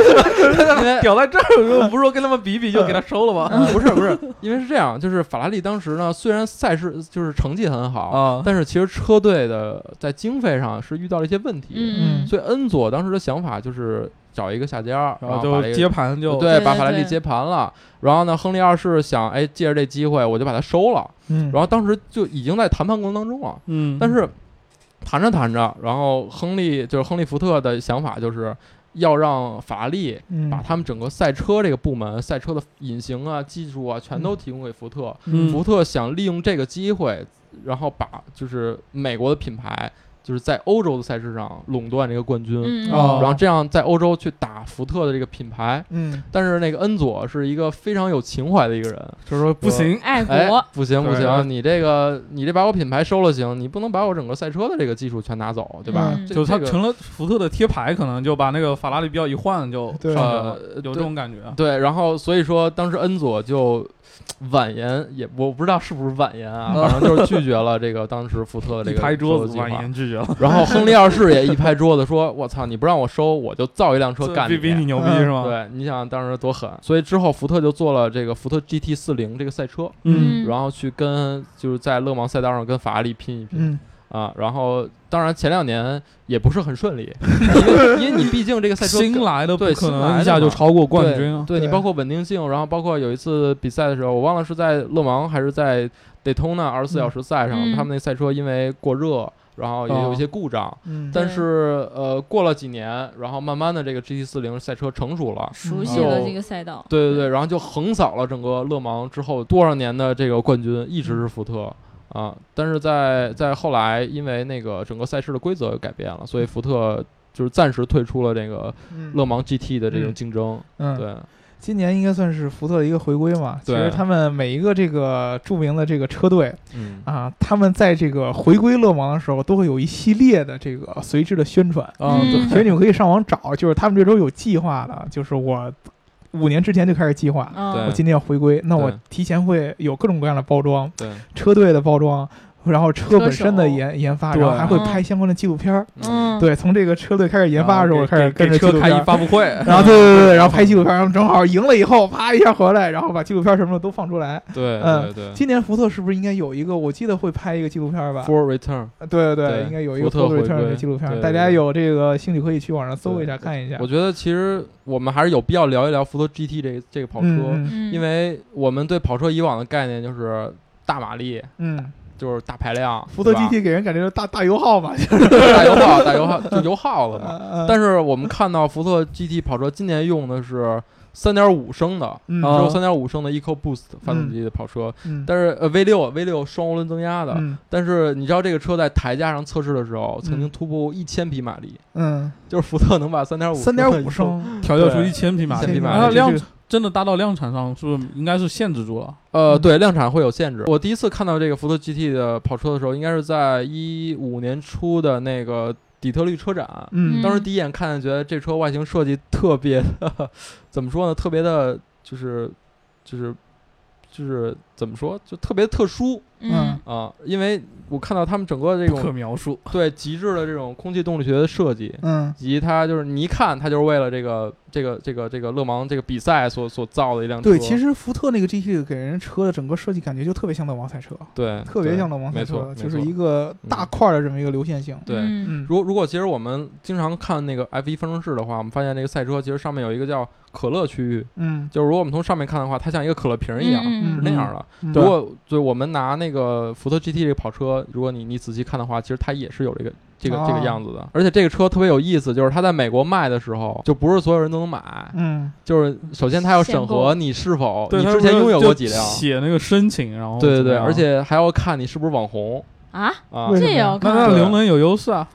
[SPEAKER 3] 因为
[SPEAKER 4] 屌在这儿，我不是说跟他们比比就给他收了吗？
[SPEAKER 3] 嗯不是不是，因为是这样，就是法拉利当时呢，虽然赛事就是成绩很好，
[SPEAKER 4] 啊，
[SPEAKER 3] 但是其实车队的在经费上是遇到了一些问题，
[SPEAKER 1] 嗯，嗯
[SPEAKER 3] 所以恩佐当时的想法就是找一个下家，
[SPEAKER 4] 然后
[SPEAKER 3] 把
[SPEAKER 4] 就
[SPEAKER 3] 这个
[SPEAKER 4] 接盘就
[SPEAKER 3] 对，
[SPEAKER 1] 对
[SPEAKER 3] 把
[SPEAKER 1] 对
[SPEAKER 3] 法拉利
[SPEAKER 1] 对
[SPEAKER 3] 接盘了。然后呢，亨利二世想，哎，借着这机会我就把它收了。
[SPEAKER 2] 嗯，
[SPEAKER 3] 然后当时就已经在谈判过程当中了，
[SPEAKER 4] 嗯，
[SPEAKER 3] 但是谈着谈着，然后亨利就是亨利福特的想法就是要让法拉利
[SPEAKER 2] 嗯
[SPEAKER 3] 把他们整个赛车这个部门、赛车的引擎啊、技术啊，全都提供给福特。
[SPEAKER 4] 嗯
[SPEAKER 3] 福特想利用这个机会，然后把就是美国的品牌，就是在欧洲的赛事上垄断这个冠军，
[SPEAKER 1] 嗯嗯
[SPEAKER 2] 哦
[SPEAKER 3] 然后这样在欧洲去打福特的这个品牌。
[SPEAKER 2] 嗯，
[SPEAKER 3] 但是那个恩佐是一个非常有情怀的一个人，
[SPEAKER 4] 就是说不行，
[SPEAKER 1] 爱
[SPEAKER 3] 哎
[SPEAKER 1] 国，，
[SPEAKER 3] 不行不
[SPEAKER 4] 对啊
[SPEAKER 3] 行，你这个你这把我品牌收了行，你不能把我整个赛车的这个技术全拿走，对吧？
[SPEAKER 1] 嗯
[SPEAKER 3] 这
[SPEAKER 4] 就是他
[SPEAKER 3] 这个
[SPEAKER 4] 成了福特的贴牌，可能就把那个法拉利标一换就上去
[SPEAKER 2] 对
[SPEAKER 4] 了，
[SPEAKER 3] 呃
[SPEAKER 4] 有这种感觉。啊
[SPEAKER 3] 对，然后所以说当时恩佐就婉言，也我不知道是不是婉言啊，
[SPEAKER 4] 嗯
[SPEAKER 3] 反正就是拒绝了这个当时福特的 这
[SPEAKER 4] 一
[SPEAKER 3] 个
[SPEAKER 4] 拍桌
[SPEAKER 3] 收
[SPEAKER 4] 子，
[SPEAKER 3] 购计划
[SPEAKER 4] 婉言拒绝了，
[SPEAKER 3] 然后亨利二世也一拍桌子说：“我操，你不让我收，我就造一辆车干
[SPEAKER 4] 比比你牛啊逼
[SPEAKER 2] 嗯
[SPEAKER 4] 是吗？
[SPEAKER 3] 对，你想当时多狠，所以之后福特就做了这个福特 GT 四零这个赛车，
[SPEAKER 1] 嗯
[SPEAKER 3] 然后去跟就是在勒芒赛道上跟法拉利拼一拼、
[SPEAKER 2] 嗯
[SPEAKER 3] 啊。然后当然前两年也不是很顺利， 因为因为你毕竟这个赛车
[SPEAKER 4] 新来的不
[SPEAKER 3] 对
[SPEAKER 4] 可
[SPEAKER 3] 新来
[SPEAKER 4] 能
[SPEAKER 3] 的
[SPEAKER 4] 一下就
[SPEAKER 3] 嘛
[SPEAKER 4] 超过冠
[SPEAKER 3] 对
[SPEAKER 4] 军啊！
[SPEAKER 3] 对你
[SPEAKER 2] 对
[SPEAKER 3] 包括稳定性，然后包括有一次比赛的时候，我忘了是在勒芒还是在 Daytona 二十四小时赛上，
[SPEAKER 1] 嗯
[SPEAKER 3] 他们那赛车因为过热，然后也
[SPEAKER 4] 哦
[SPEAKER 3] 有一些故障。
[SPEAKER 2] 嗯，
[SPEAKER 3] 但
[SPEAKER 1] 对
[SPEAKER 3] 是呃，过了几年，然后慢慢的这个 GT 四零赛车成熟了，
[SPEAKER 1] 熟悉了
[SPEAKER 3] 就
[SPEAKER 1] 这个赛道，
[SPEAKER 3] 对对对，然后就横扫了整个勒芒之后多少年的这个冠军，一
[SPEAKER 2] 嗯
[SPEAKER 3] 直是福特啊。但是在在后来，因为那个整个赛事的规则改变了，所以福特就是暂时退出了这个
[SPEAKER 2] 嗯
[SPEAKER 3] 勒芒 GT 的这种
[SPEAKER 2] 嗯
[SPEAKER 3] 竞争。
[SPEAKER 2] 嗯，
[SPEAKER 3] 对，
[SPEAKER 2] 今年应该算是福特的一个回归嘛。其
[SPEAKER 3] 对
[SPEAKER 2] 实他们每一个这个著名的这个车队
[SPEAKER 3] 嗯
[SPEAKER 2] 啊，他们在这个回归勒芒的时候，都会有一系列的这个随之的宣传。
[SPEAKER 4] 啊，
[SPEAKER 1] 嗯
[SPEAKER 2] 其实你们可以上网找，就是他们这周有计划的，就是我五年之前就开始计划，
[SPEAKER 1] 嗯，
[SPEAKER 2] 我
[SPEAKER 3] 对
[SPEAKER 2] 今年要回归，那我
[SPEAKER 3] 对
[SPEAKER 2] 提前会有各种各样的包装，
[SPEAKER 3] 对，
[SPEAKER 2] 车队的包装，然后车本身的
[SPEAKER 1] 车手
[SPEAKER 2] 研研发，
[SPEAKER 4] 对
[SPEAKER 2] 然后还会
[SPEAKER 1] 嗯
[SPEAKER 2] 拍相关的纪录片儿。
[SPEAKER 1] 嗯，
[SPEAKER 2] 对，从这个车队开始研发的时候，我
[SPEAKER 4] 然后
[SPEAKER 2] 开始
[SPEAKER 4] 啊给
[SPEAKER 2] 跟
[SPEAKER 4] 给
[SPEAKER 2] 着纪
[SPEAKER 4] 车
[SPEAKER 2] 录
[SPEAKER 4] 开
[SPEAKER 2] 片
[SPEAKER 4] 一
[SPEAKER 2] 儿。
[SPEAKER 4] 发布会，
[SPEAKER 2] 然后对对对对，然后
[SPEAKER 3] 嗯
[SPEAKER 2] 拍纪录片儿，然后正好赢了以后，啪一下回来，然后把纪录片儿什么的都放出来。
[SPEAKER 3] 对对
[SPEAKER 2] 嗯
[SPEAKER 3] 对。
[SPEAKER 2] 今年福特是不是应该有一个？我记得会拍一个纪录片儿吧？
[SPEAKER 3] For return，
[SPEAKER 2] 对对
[SPEAKER 3] 对
[SPEAKER 2] 对，应该有一个
[SPEAKER 3] 福特
[SPEAKER 2] 福特
[SPEAKER 3] 回
[SPEAKER 2] return
[SPEAKER 3] 归
[SPEAKER 2] 的纪录片儿，
[SPEAKER 3] 对对
[SPEAKER 2] 大家
[SPEAKER 3] 对
[SPEAKER 2] 有这个兴趣可以去网上搜一下看一下
[SPEAKER 3] 我。觉得其实我们还是有必要聊一聊福特 GT 这这个跑车，
[SPEAKER 2] 嗯
[SPEAKER 1] 嗯，
[SPEAKER 3] 因为我们对跑车以往的概念就是大马力，
[SPEAKER 2] 嗯
[SPEAKER 3] 就是大排量，
[SPEAKER 2] 福特
[SPEAKER 3] 对吧
[SPEAKER 2] GT 给人感觉就是大大油耗嘛， 就是
[SPEAKER 3] 大油耗，大油耗就油耗了嘛。
[SPEAKER 2] 呃
[SPEAKER 3] 但是我们看到福特 GT 跑车今年用的是三点五升的，
[SPEAKER 2] 嗯
[SPEAKER 3] 只有
[SPEAKER 4] 啊
[SPEAKER 3] 三点五升的 EcoBoost 发动机的跑车，
[SPEAKER 2] 嗯
[SPEAKER 3] 但是呃 V 六 V 六双涡轮增压的，
[SPEAKER 2] 嗯
[SPEAKER 3] 但是你知道这个车在台架上测试的时候，曾经突破一千匹马力，
[SPEAKER 2] 嗯，
[SPEAKER 3] 就是福特能把三点五
[SPEAKER 2] 三点五升，啊
[SPEAKER 4] 调教出
[SPEAKER 3] 对
[SPEAKER 4] 一千匹马
[SPEAKER 3] 1000
[SPEAKER 4] 力，
[SPEAKER 3] 匹马
[SPEAKER 4] 那
[SPEAKER 3] 力
[SPEAKER 4] 量真的搭到量产上，是不是应该是限制住了？
[SPEAKER 3] 呃，
[SPEAKER 2] 嗯
[SPEAKER 3] 对，量产会有限制。我第一次看到这个福特 GT 的跑车的时候，应该是在一五年初的那个底特律车展。
[SPEAKER 2] 嗯
[SPEAKER 1] 嗯
[SPEAKER 3] 当时第一眼看，觉得这车外形设计特别的，怎么说呢？特别的，就是，就是，就是怎么说？就特别特殊
[SPEAKER 1] 嗯
[SPEAKER 3] 啊！因为我看到他们整个这种
[SPEAKER 4] 描述。
[SPEAKER 3] 对极致的这种空气动力学的设计，
[SPEAKER 2] 嗯
[SPEAKER 3] 以及它就是你一看，它就是为了这个这个这个这个勒芒这个比赛所所造的一辆车。
[SPEAKER 2] 对，其实福特那个 GT 给人车的整个设计感觉就特别像的王赛车，
[SPEAKER 3] 对，
[SPEAKER 2] 特别
[SPEAKER 3] 对
[SPEAKER 2] 像的王赛
[SPEAKER 3] 没错
[SPEAKER 2] 车，
[SPEAKER 3] 没
[SPEAKER 2] 就是
[SPEAKER 3] 错嗯
[SPEAKER 2] 一个大块儿的这么一个流线型。
[SPEAKER 3] 对。
[SPEAKER 1] 嗯
[SPEAKER 2] 嗯，
[SPEAKER 3] 如如果其实我们经常看那个 F 1方程式的话，我们发现这个赛车其实上面有一个叫可乐区域，
[SPEAKER 2] 嗯
[SPEAKER 3] 就是如果我们从上面看的话，它像一个可乐瓶一样，
[SPEAKER 1] 嗯嗯
[SPEAKER 3] 是那样的。
[SPEAKER 2] 嗯
[SPEAKER 3] 如果对我们拿那个福特 GT 这个跑车，如果你你仔细看的话，其实它也是有这个这个这个
[SPEAKER 2] 哦
[SPEAKER 3] 样子的。而且这个车特别有意思，就是它在美国卖的时候，就不是所有人都能买，
[SPEAKER 2] 嗯
[SPEAKER 3] 就是首先它要
[SPEAKER 1] 限
[SPEAKER 3] 审
[SPEAKER 1] 购
[SPEAKER 3] 核你是否
[SPEAKER 4] 对，
[SPEAKER 3] 你
[SPEAKER 4] 他
[SPEAKER 3] 之前
[SPEAKER 4] 不是
[SPEAKER 3] 拥有
[SPEAKER 4] 就
[SPEAKER 3] 过几辆。
[SPEAKER 4] 写那个申请，然后
[SPEAKER 3] 对
[SPEAKER 4] 怎
[SPEAKER 3] 对
[SPEAKER 4] 么
[SPEAKER 2] 哦
[SPEAKER 3] 对，
[SPEAKER 4] 样
[SPEAKER 3] 而且还要看你是不是网红
[SPEAKER 1] 啊，
[SPEAKER 3] 啊
[SPEAKER 2] 为
[SPEAKER 1] 这
[SPEAKER 2] 什么
[SPEAKER 1] 也
[SPEAKER 2] 呀
[SPEAKER 1] 要
[SPEAKER 4] 那
[SPEAKER 1] 看
[SPEAKER 4] 那
[SPEAKER 3] 对
[SPEAKER 4] 刘能有优势啊？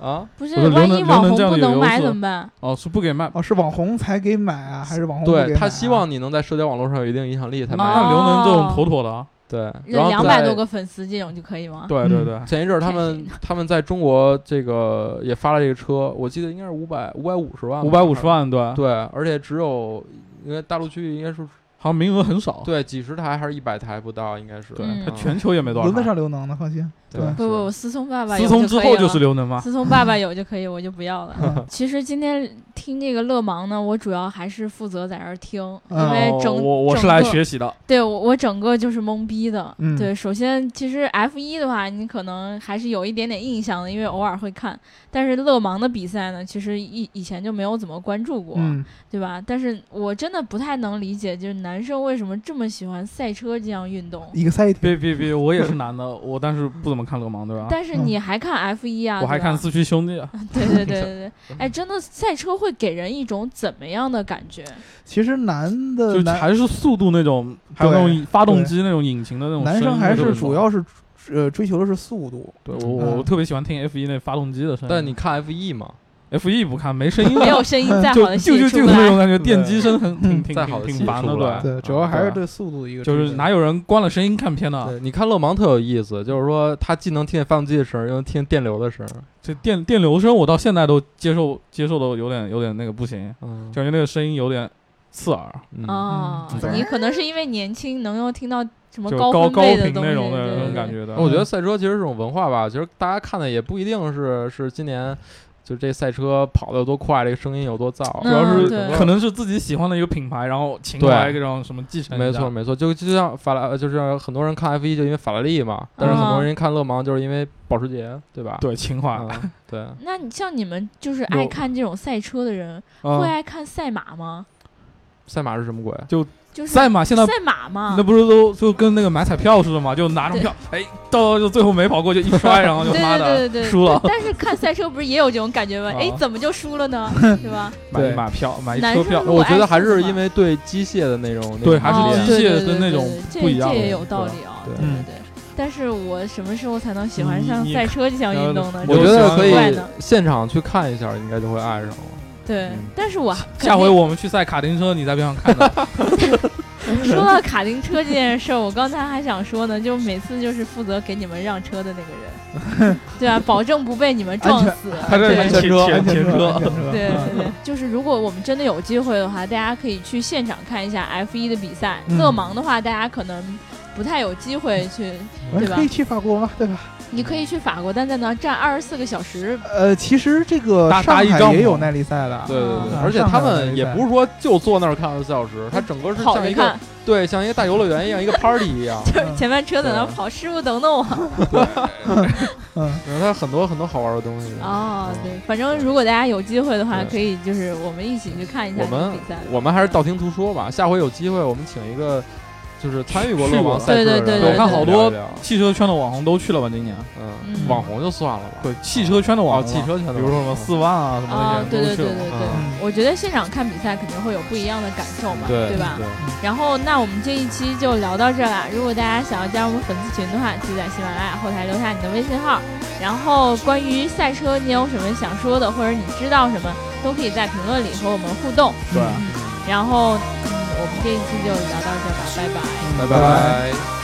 [SPEAKER 3] 啊！
[SPEAKER 1] 不是
[SPEAKER 4] 不是刘
[SPEAKER 1] 万
[SPEAKER 4] 能
[SPEAKER 1] 一
[SPEAKER 4] 刘
[SPEAKER 1] 网
[SPEAKER 4] 能
[SPEAKER 1] 红
[SPEAKER 4] 这样
[SPEAKER 1] 不
[SPEAKER 4] 有
[SPEAKER 1] 能
[SPEAKER 4] 优
[SPEAKER 1] 买
[SPEAKER 4] 势
[SPEAKER 1] 怎么办？
[SPEAKER 4] 哦，是不给卖，
[SPEAKER 2] 哦，是网红才给买啊，还是网红不给
[SPEAKER 3] 对
[SPEAKER 2] 买
[SPEAKER 3] 他
[SPEAKER 2] 啊
[SPEAKER 3] 希望你能在社交网络上有一定影响力才
[SPEAKER 4] 那
[SPEAKER 3] 买
[SPEAKER 1] 啊
[SPEAKER 3] 的。
[SPEAKER 4] 那刘能这种妥妥的啊。
[SPEAKER 3] 对，然后
[SPEAKER 1] 两百
[SPEAKER 3] 在
[SPEAKER 1] 多个粉丝这种就可以吗？
[SPEAKER 2] 嗯
[SPEAKER 4] 对对对，
[SPEAKER 3] 前一阵儿他
[SPEAKER 1] 太
[SPEAKER 3] 们
[SPEAKER 1] 神
[SPEAKER 3] 他们在中国这个也发了这个车，我记得应该是五百五百五十万吧，
[SPEAKER 4] 五百五十万对，
[SPEAKER 3] 啊对，而且只有因为大陆区域应该是
[SPEAKER 4] 好像名额很少，
[SPEAKER 3] 对几十台还是一百台不到，应该是
[SPEAKER 1] 嗯
[SPEAKER 4] 他
[SPEAKER 3] 嗯
[SPEAKER 4] 全球也没多少
[SPEAKER 2] 轮得
[SPEAKER 4] 台。
[SPEAKER 2] 上刘能的，放心。
[SPEAKER 3] 对
[SPEAKER 2] 对
[SPEAKER 1] 不不不，思聪爸爸
[SPEAKER 4] 思
[SPEAKER 1] 有
[SPEAKER 4] 聪
[SPEAKER 1] 就
[SPEAKER 4] 之
[SPEAKER 1] 可
[SPEAKER 4] 后
[SPEAKER 1] 以
[SPEAKER 4] 就是
[SPEAKER 1] 了
[SPEAKER 4] 刘能嘛，
[SPEAKER 1] 思聪爸爸有就可以，我就不要了。
[SPEAKER 2] 嗯
[SPEAKER 1] 其实今天听这个勒芒呢，我主要还是负责在这儿听，因
[SPEAKER 2] 嗯
[SPEAKER 1] 为
[SPEAKER 4] 哦
[SPEAKER 1] 整、
[SPEAKER 4] 我我
[SPEAKER 1] 整
[SPEAKER 4] 是来
[SPEAKER 1] 个
[SPEAKER 4] 学习的，
[SPEAKER 1] 对我我整个就是懵逼的。
[SPEAKER 2] 嗯
[SPEAKER 1] 对，首先其实 F 一的话，你可能还是有一点点印象的，因为偶尔会看。但是勒芒的比赛呢，其实以以前就没有怎么关注过，
[SPEAKER 2] 嗯，
[SPEAKER 1] 对吧？但是我真的不太能理解，就是男生为什么这么喜欢赛车这样运动。
[SPEAKER 2] 一个赛艇，
[SPEAKER 4] 别别别，我也是男的，我但是不怎么看勒芒，对吧？
[SPEAKER 1] 但是你还看 F 一啊？
[SPEAKER 4] 啊嗯我还
[SPEAKER 1] 对吧
[SPEAKER 4] 看四驱兄弟啊，
[SPEAKER 1] 对对 对对对，哎，真的赛车会给人一种怎么样的感 觉？
[SPEAKER 2] 其实男的
[SPEAKER 4] 就
[SPEAKER 2] 呃男
[SPEAKER 4] 还是速度那种，还有那种发动机那种引擎的那种声
[SPEAKER 2] 男
[SPEAKER 4] 音。
[SPEAKER 2] 生还
[SPEAKER 4] 我特
[SPEAKER 2] 是
[SPEAKER 4] 别
[SPEAKER 2] 主要是呃追求的是速度，
[SPEAKER 3] 对
[SPEAKER 4] 我
[SPEAKER 3] 我。
[SPEAKER 4] 我
[SPEAKER 2] 嗯
[SPEAKER 4] 特别喜欢听 F 一那发动机的声音。
[SPEAKER 3] 但你看 F 1嘛，
[SPEAKER 4] F 一不看没声音，
[SPEAKER 1] 没有声音再
[SPEAKER 4] 嗯就
[SPEAKER 1] 好的戏
[SPEAKER 4] 就就
[SPEAKER 1] 出
[SPEAKER 4] 就
[SPEAKER 1] 不
[SPEAKER 4] 那
[SPEAKER 1] 来哦
[SPEAKER 4] 种。感觉，
[SPEAKER 3] 对
[SPEAKER 4] 电机声很挺挺
[SPEAKER 3] 再好的
[SPEAKER 4] 挺
[SPEAKER 3] 戏
[SPEAKER 4] 挺烦
[SPEAKER 3] 出
[SPEAKER 4] 的，
[SPEAKER 3] 不来
[SPEAKER 4] 对，
[SPEAKER 2] 嗯
[SPEAKER 4] 啊
[SPEAKER 2] 对，主要还是
[SPEAKER 4] 对
[SPEAKER 2] 对速度的一个追
[SPEAKER 4] 就
[SPEAKER 2] 求，
[SPEAKER 4] 是哪有人关了声音看片的？
[SPEAKER 3] 对，你看勒芒特有意思，就是说他既能听见发动机的声儿，又能听见电流的声儿，
[SPEAKER 4] 这电电流声我到现在都接受接受的有点有点那个不行，
[SPEAKER 3] 嗯，
[SPEAKER 4] 感觉那个声音有点刺耳。
[SPEAKER 3] 嗯
[SPEAKER 1] 哦
[SPEAKER 2] 嗯，
[SPEAKER 1] 你可能是因为年轻，能够听到什么
[SPEAKER 4] 就
[SPEAKER 1] 高
[SPEAKER 4] 高
[SPEAKER 1] 分贝
[SPEAKER 4] 频
[SPEAKER 1] 的东西，
[SPEAKER 4] 那种的
[SPEAKER 1] 对
[SPEAKER 4] 那
[SPEAKER 1] 对
[SPEAKER 4] 种感
[SPEAKER 1] 对。嗯
[SPEAKER 4] 觉的。
[SPEAKER 3] 我觉得赛车其实是种文化吧，其实大家看的也不一定是是今年就这赛车跑得有多快，这个声音有多噪，
[SPEAKER 1] 嗯
[SPEAKER 4] 主要是
[SPEAKER 1] 对
[SPEAKER 4] 可能是自己喜欢的一个品牌，然后情怀这种什么继承一下。
[SPEAKER 3] 没错，没错，就就像法拉，呃就是很多人看 F 一就因为法拉利嘛，但是很
[SPEAKER 1] 嗯
[SPEAKER 3] 多人看勒芒就是因为保时捷，对吧？
[SPEAKER 4] 对情怀。
[SPEAKER 3] 嗯，对，
[SPEAKER 1] 那你像你们就是爱
[SPEAKER 4] 有
[SPEAKER 1] 看这种赛车的人，
[SPEAKER 4] 嗯
[SPEAKER 1] 会啊爱看赛马吗？
[SPEAKER 3] 赛马是什么鬼？
[SPEAKER 1] 就是
[SPEAKER 4] 赛马现在
[SPEAKER 1] 赛马嘛
[SPEAKER 4] 那，不是都就跟那个买彩票似的嘛，就拿张票，哎，到就最后没跑过就一摔，然后就
[SPEAKER 1] 对
[SPEAKER 4] 妈
[SPEAKER 1] 对对
[SPEAKER 4] 的
[SPEAKER 1] 对对，
[SPEAKER 4] 输了，
[SPEAKER 1] 但是看赛车不是也有这种感觉吗？
[SPEAKER 4] 啊
[SPEAKER 1] 哎，怎么就输了 呢？对吧？
[SPEAKER 4] 买
[SPEAKER 2] 对
[SPEAKER 4] 一马票，买一
[SPEAKER 1] 男
[SPEAKER 4] 车
[SPEAKER 1] 生
[SPEAKER 4] 票
[SPEAKER 1] 如，果
[SPEAKER 3] 我觉得
[SPEAKER 1] 爱
[SPEAKER 3] 还
[SPEAKER 1] 疯
[SPEAKER 3] 是
[SPEAKER 1] 嘛
[SPEAKER 3] 因为对机械的那种
[SPEAKER 4] 对
[SPEAKER 3] 那种
[SPEAKER 4] 还是
[SPEAKER 1] 哦
[SPEAKER 3] 迷恋
[SPEAKER 4] 机械
[SPEAKER 1] 对对
[SPEAKER 4] 的那
[SPEAKER 1] 对
[SPEAKER 4] 种
[SPEAKER 1] 对这
[SPEAKER 4] 不一样
[SPEAKER 1] 这也
[SPEAKER 4] 的
[SPEAKER 1] 有道
[SPEAKER 4] 对嗯
[SPEAKER 1] 理啊，
[SPEAKER 3] 对
[SPEAKER 1] 对对对。但是我什么时候才能喜欢上
[SPEAKER 4] 你
[SPEAKER 1] 赛车这项运动呢？
[SPEAKER 4] 你
[SPEAKER 3] 我
[SPEAKER 1] 这
[SPEAKER 3] 觉
[SPEAKER 1] 个
[SPEAKER 3] 得
[SPEAKER 1] 奇
[SPEAKER 3] 可
[SPEAKER 1] 怪
[SPEAKER 3] 以
[SPEAKER 1] 呢
[SPEAKER 3] 现场去看一下，应该就会爱上了。
[SPEAKER 1] 对
[SPEAKER 3] 嗯，
[SPEAKER 1] 但是我肯
[SPEAKER 4] 下回
[SPEAKER 1] 定
[SPEAKER 4] 我们去赛卡丁车，你在边上看 到。
[SPEAKER 1] 说到卡丁车这件事儿，我刚才还想说呢，就每次就是负责给你们让车的那个 人，对啊，保证不被你们撞死。
[SPEAKER 4] 他这
[SPEAKER 1] 对
[SPEAKER 4] 安全车安全车
[SPEAKER 2] 安全 车，
[SPEAKER 1] 对
[SPEAKER 2] 嗯
[SPEAKER 1] 对对，就是如果我们真的有机会的话，大家可以去现场看一下 F 1的比赛。
[SPEAKER 2] 嗯
[SPEAKER 1] 勒芒的话，大家可能不太有机会去，
[SPEAKER 3] 嗯
[SPEAKER 2] 哎
[SPEAKER 1] 对吧
[SPEAKER 2] 可以去法国吗？对吧？
[SPEAKER 1] 你可以去法国，但在那站二十四个小时。
[SPEAKER 2] 呃，其实这个
[SPEAKER 4] 搭搭
[SPEAKER 2] 上
[SPEAKER 4] 一
[SPEAKER 2] 海
[SPEAKER 4] 帐
[SPEAKER 2] 也
[SPEAKER 4] 篷
[SPEAKER 2] 有耐力赛的，
[SPEAKER 3] 对对
[SPEAKER 1] 嗯
[SPEAKER 3] 对，
[SPEAKER 2] 啊
[SPEAKER 3] 而且
[SPEAKER 2] 上
[SPEAKER 3] 他
[SPEAKER 2] 海的
[SPEAKER 3] 们也
[SPEAKER 2] 比赛
[SPEAKER 3] 不是说就坐那儿看二十四小时，他整个是
[SPEAKER 1] 跑
[SPEAKER 3] 像
[SPEAKER 1] 着
[SPEAKER 3] 一个嗯
[SPEAKER 1] 看，
[SPEAKER 3] 对，像一个大游乐园一样，一个 party 一样，
[SPEAKER 1] 就是前面车在那跑，师傅等等我。
[SPEAKER 2] 嗯，
[SPEAKER 3] 然后它很多很多好玩的东西。
[SPEAKER 1] 哦，
[SPEAKER 3] 嗯
[SPEAKER 1] 对，反正如果大家有机会的话，
[SPEAKER 3] 对
[SPEAKER 1] 可以就是我们一起去看一下
[SPEAKER 3] 我
[SPEAKER 1] 这个
[SPEAKER 3] 们
[SPEAKER 1] 比赛。
[SPEAKER 3] 我们还是道听途说吧，下回有机会我们请一个就是参与过勒芒
[SPEAKER 4] 去过
[SPEAKER 3] 赛事的人，
[SPEAKER 1] 对对对对
[SPEAKER 3] 然后
[SPEAKER 1] 我看
[SPEAKER 4] 好多
[SPEAKER 3] 聊一聊
[SPEAKER 4] 汽车圈的网红都去了吧？今年
[SPEAKER 1] 嗯
[SPEAKER 3] 嗯，网红就算了吧，
[SPEAKER 4] 对汽车圈的网
[SPEAKER 3] 哦，
[SPEAKER 4] 红，啊
[SPEAKER 3] 汽，车圈的网
[SPEAKER 4] 比
[SPEAKER 3] 红，
[SPEAKER 4] 如说什么四万啊什么
[SPEAKER 1] 啊
[SPEAKER 4] 那，些
[SPEAKER 1] 对
[SPEAKER 4] 都
[SPEAKER 1] 对
[SPEAKER 4] 去
[SPEAKER 1] 对
[SPEAKER 4] 了
[SPEAKER 1] 对
[SPEAKER 4] 嘛。
[SPEAKER 1] 对，
[SPEAKER 3] 嗯
[SPEAKER 1] 我觉得现场看比赛肯定会有不一样的感受嘛，
[SPEAKER 3] 对
[SPEAKER 1] 吧？然后，那我们这一期就聊到这儿啦。如果大家想要加入我们粉丝群的话，记得在喜马拉雅后台留下你的微信号。然后，关于赛车，你有什么想说的，或者你知道什么，都可以在评论里和我们互动。嗯
[SPEAKER 4] 对
[SPEAKER 1] 然后，嗯，我们这一期就聊到这儿吧，拜拜。
[SPEAKER 3] 拜
[SPEAKER 2] 拜
[SPEAKER 3] 拜。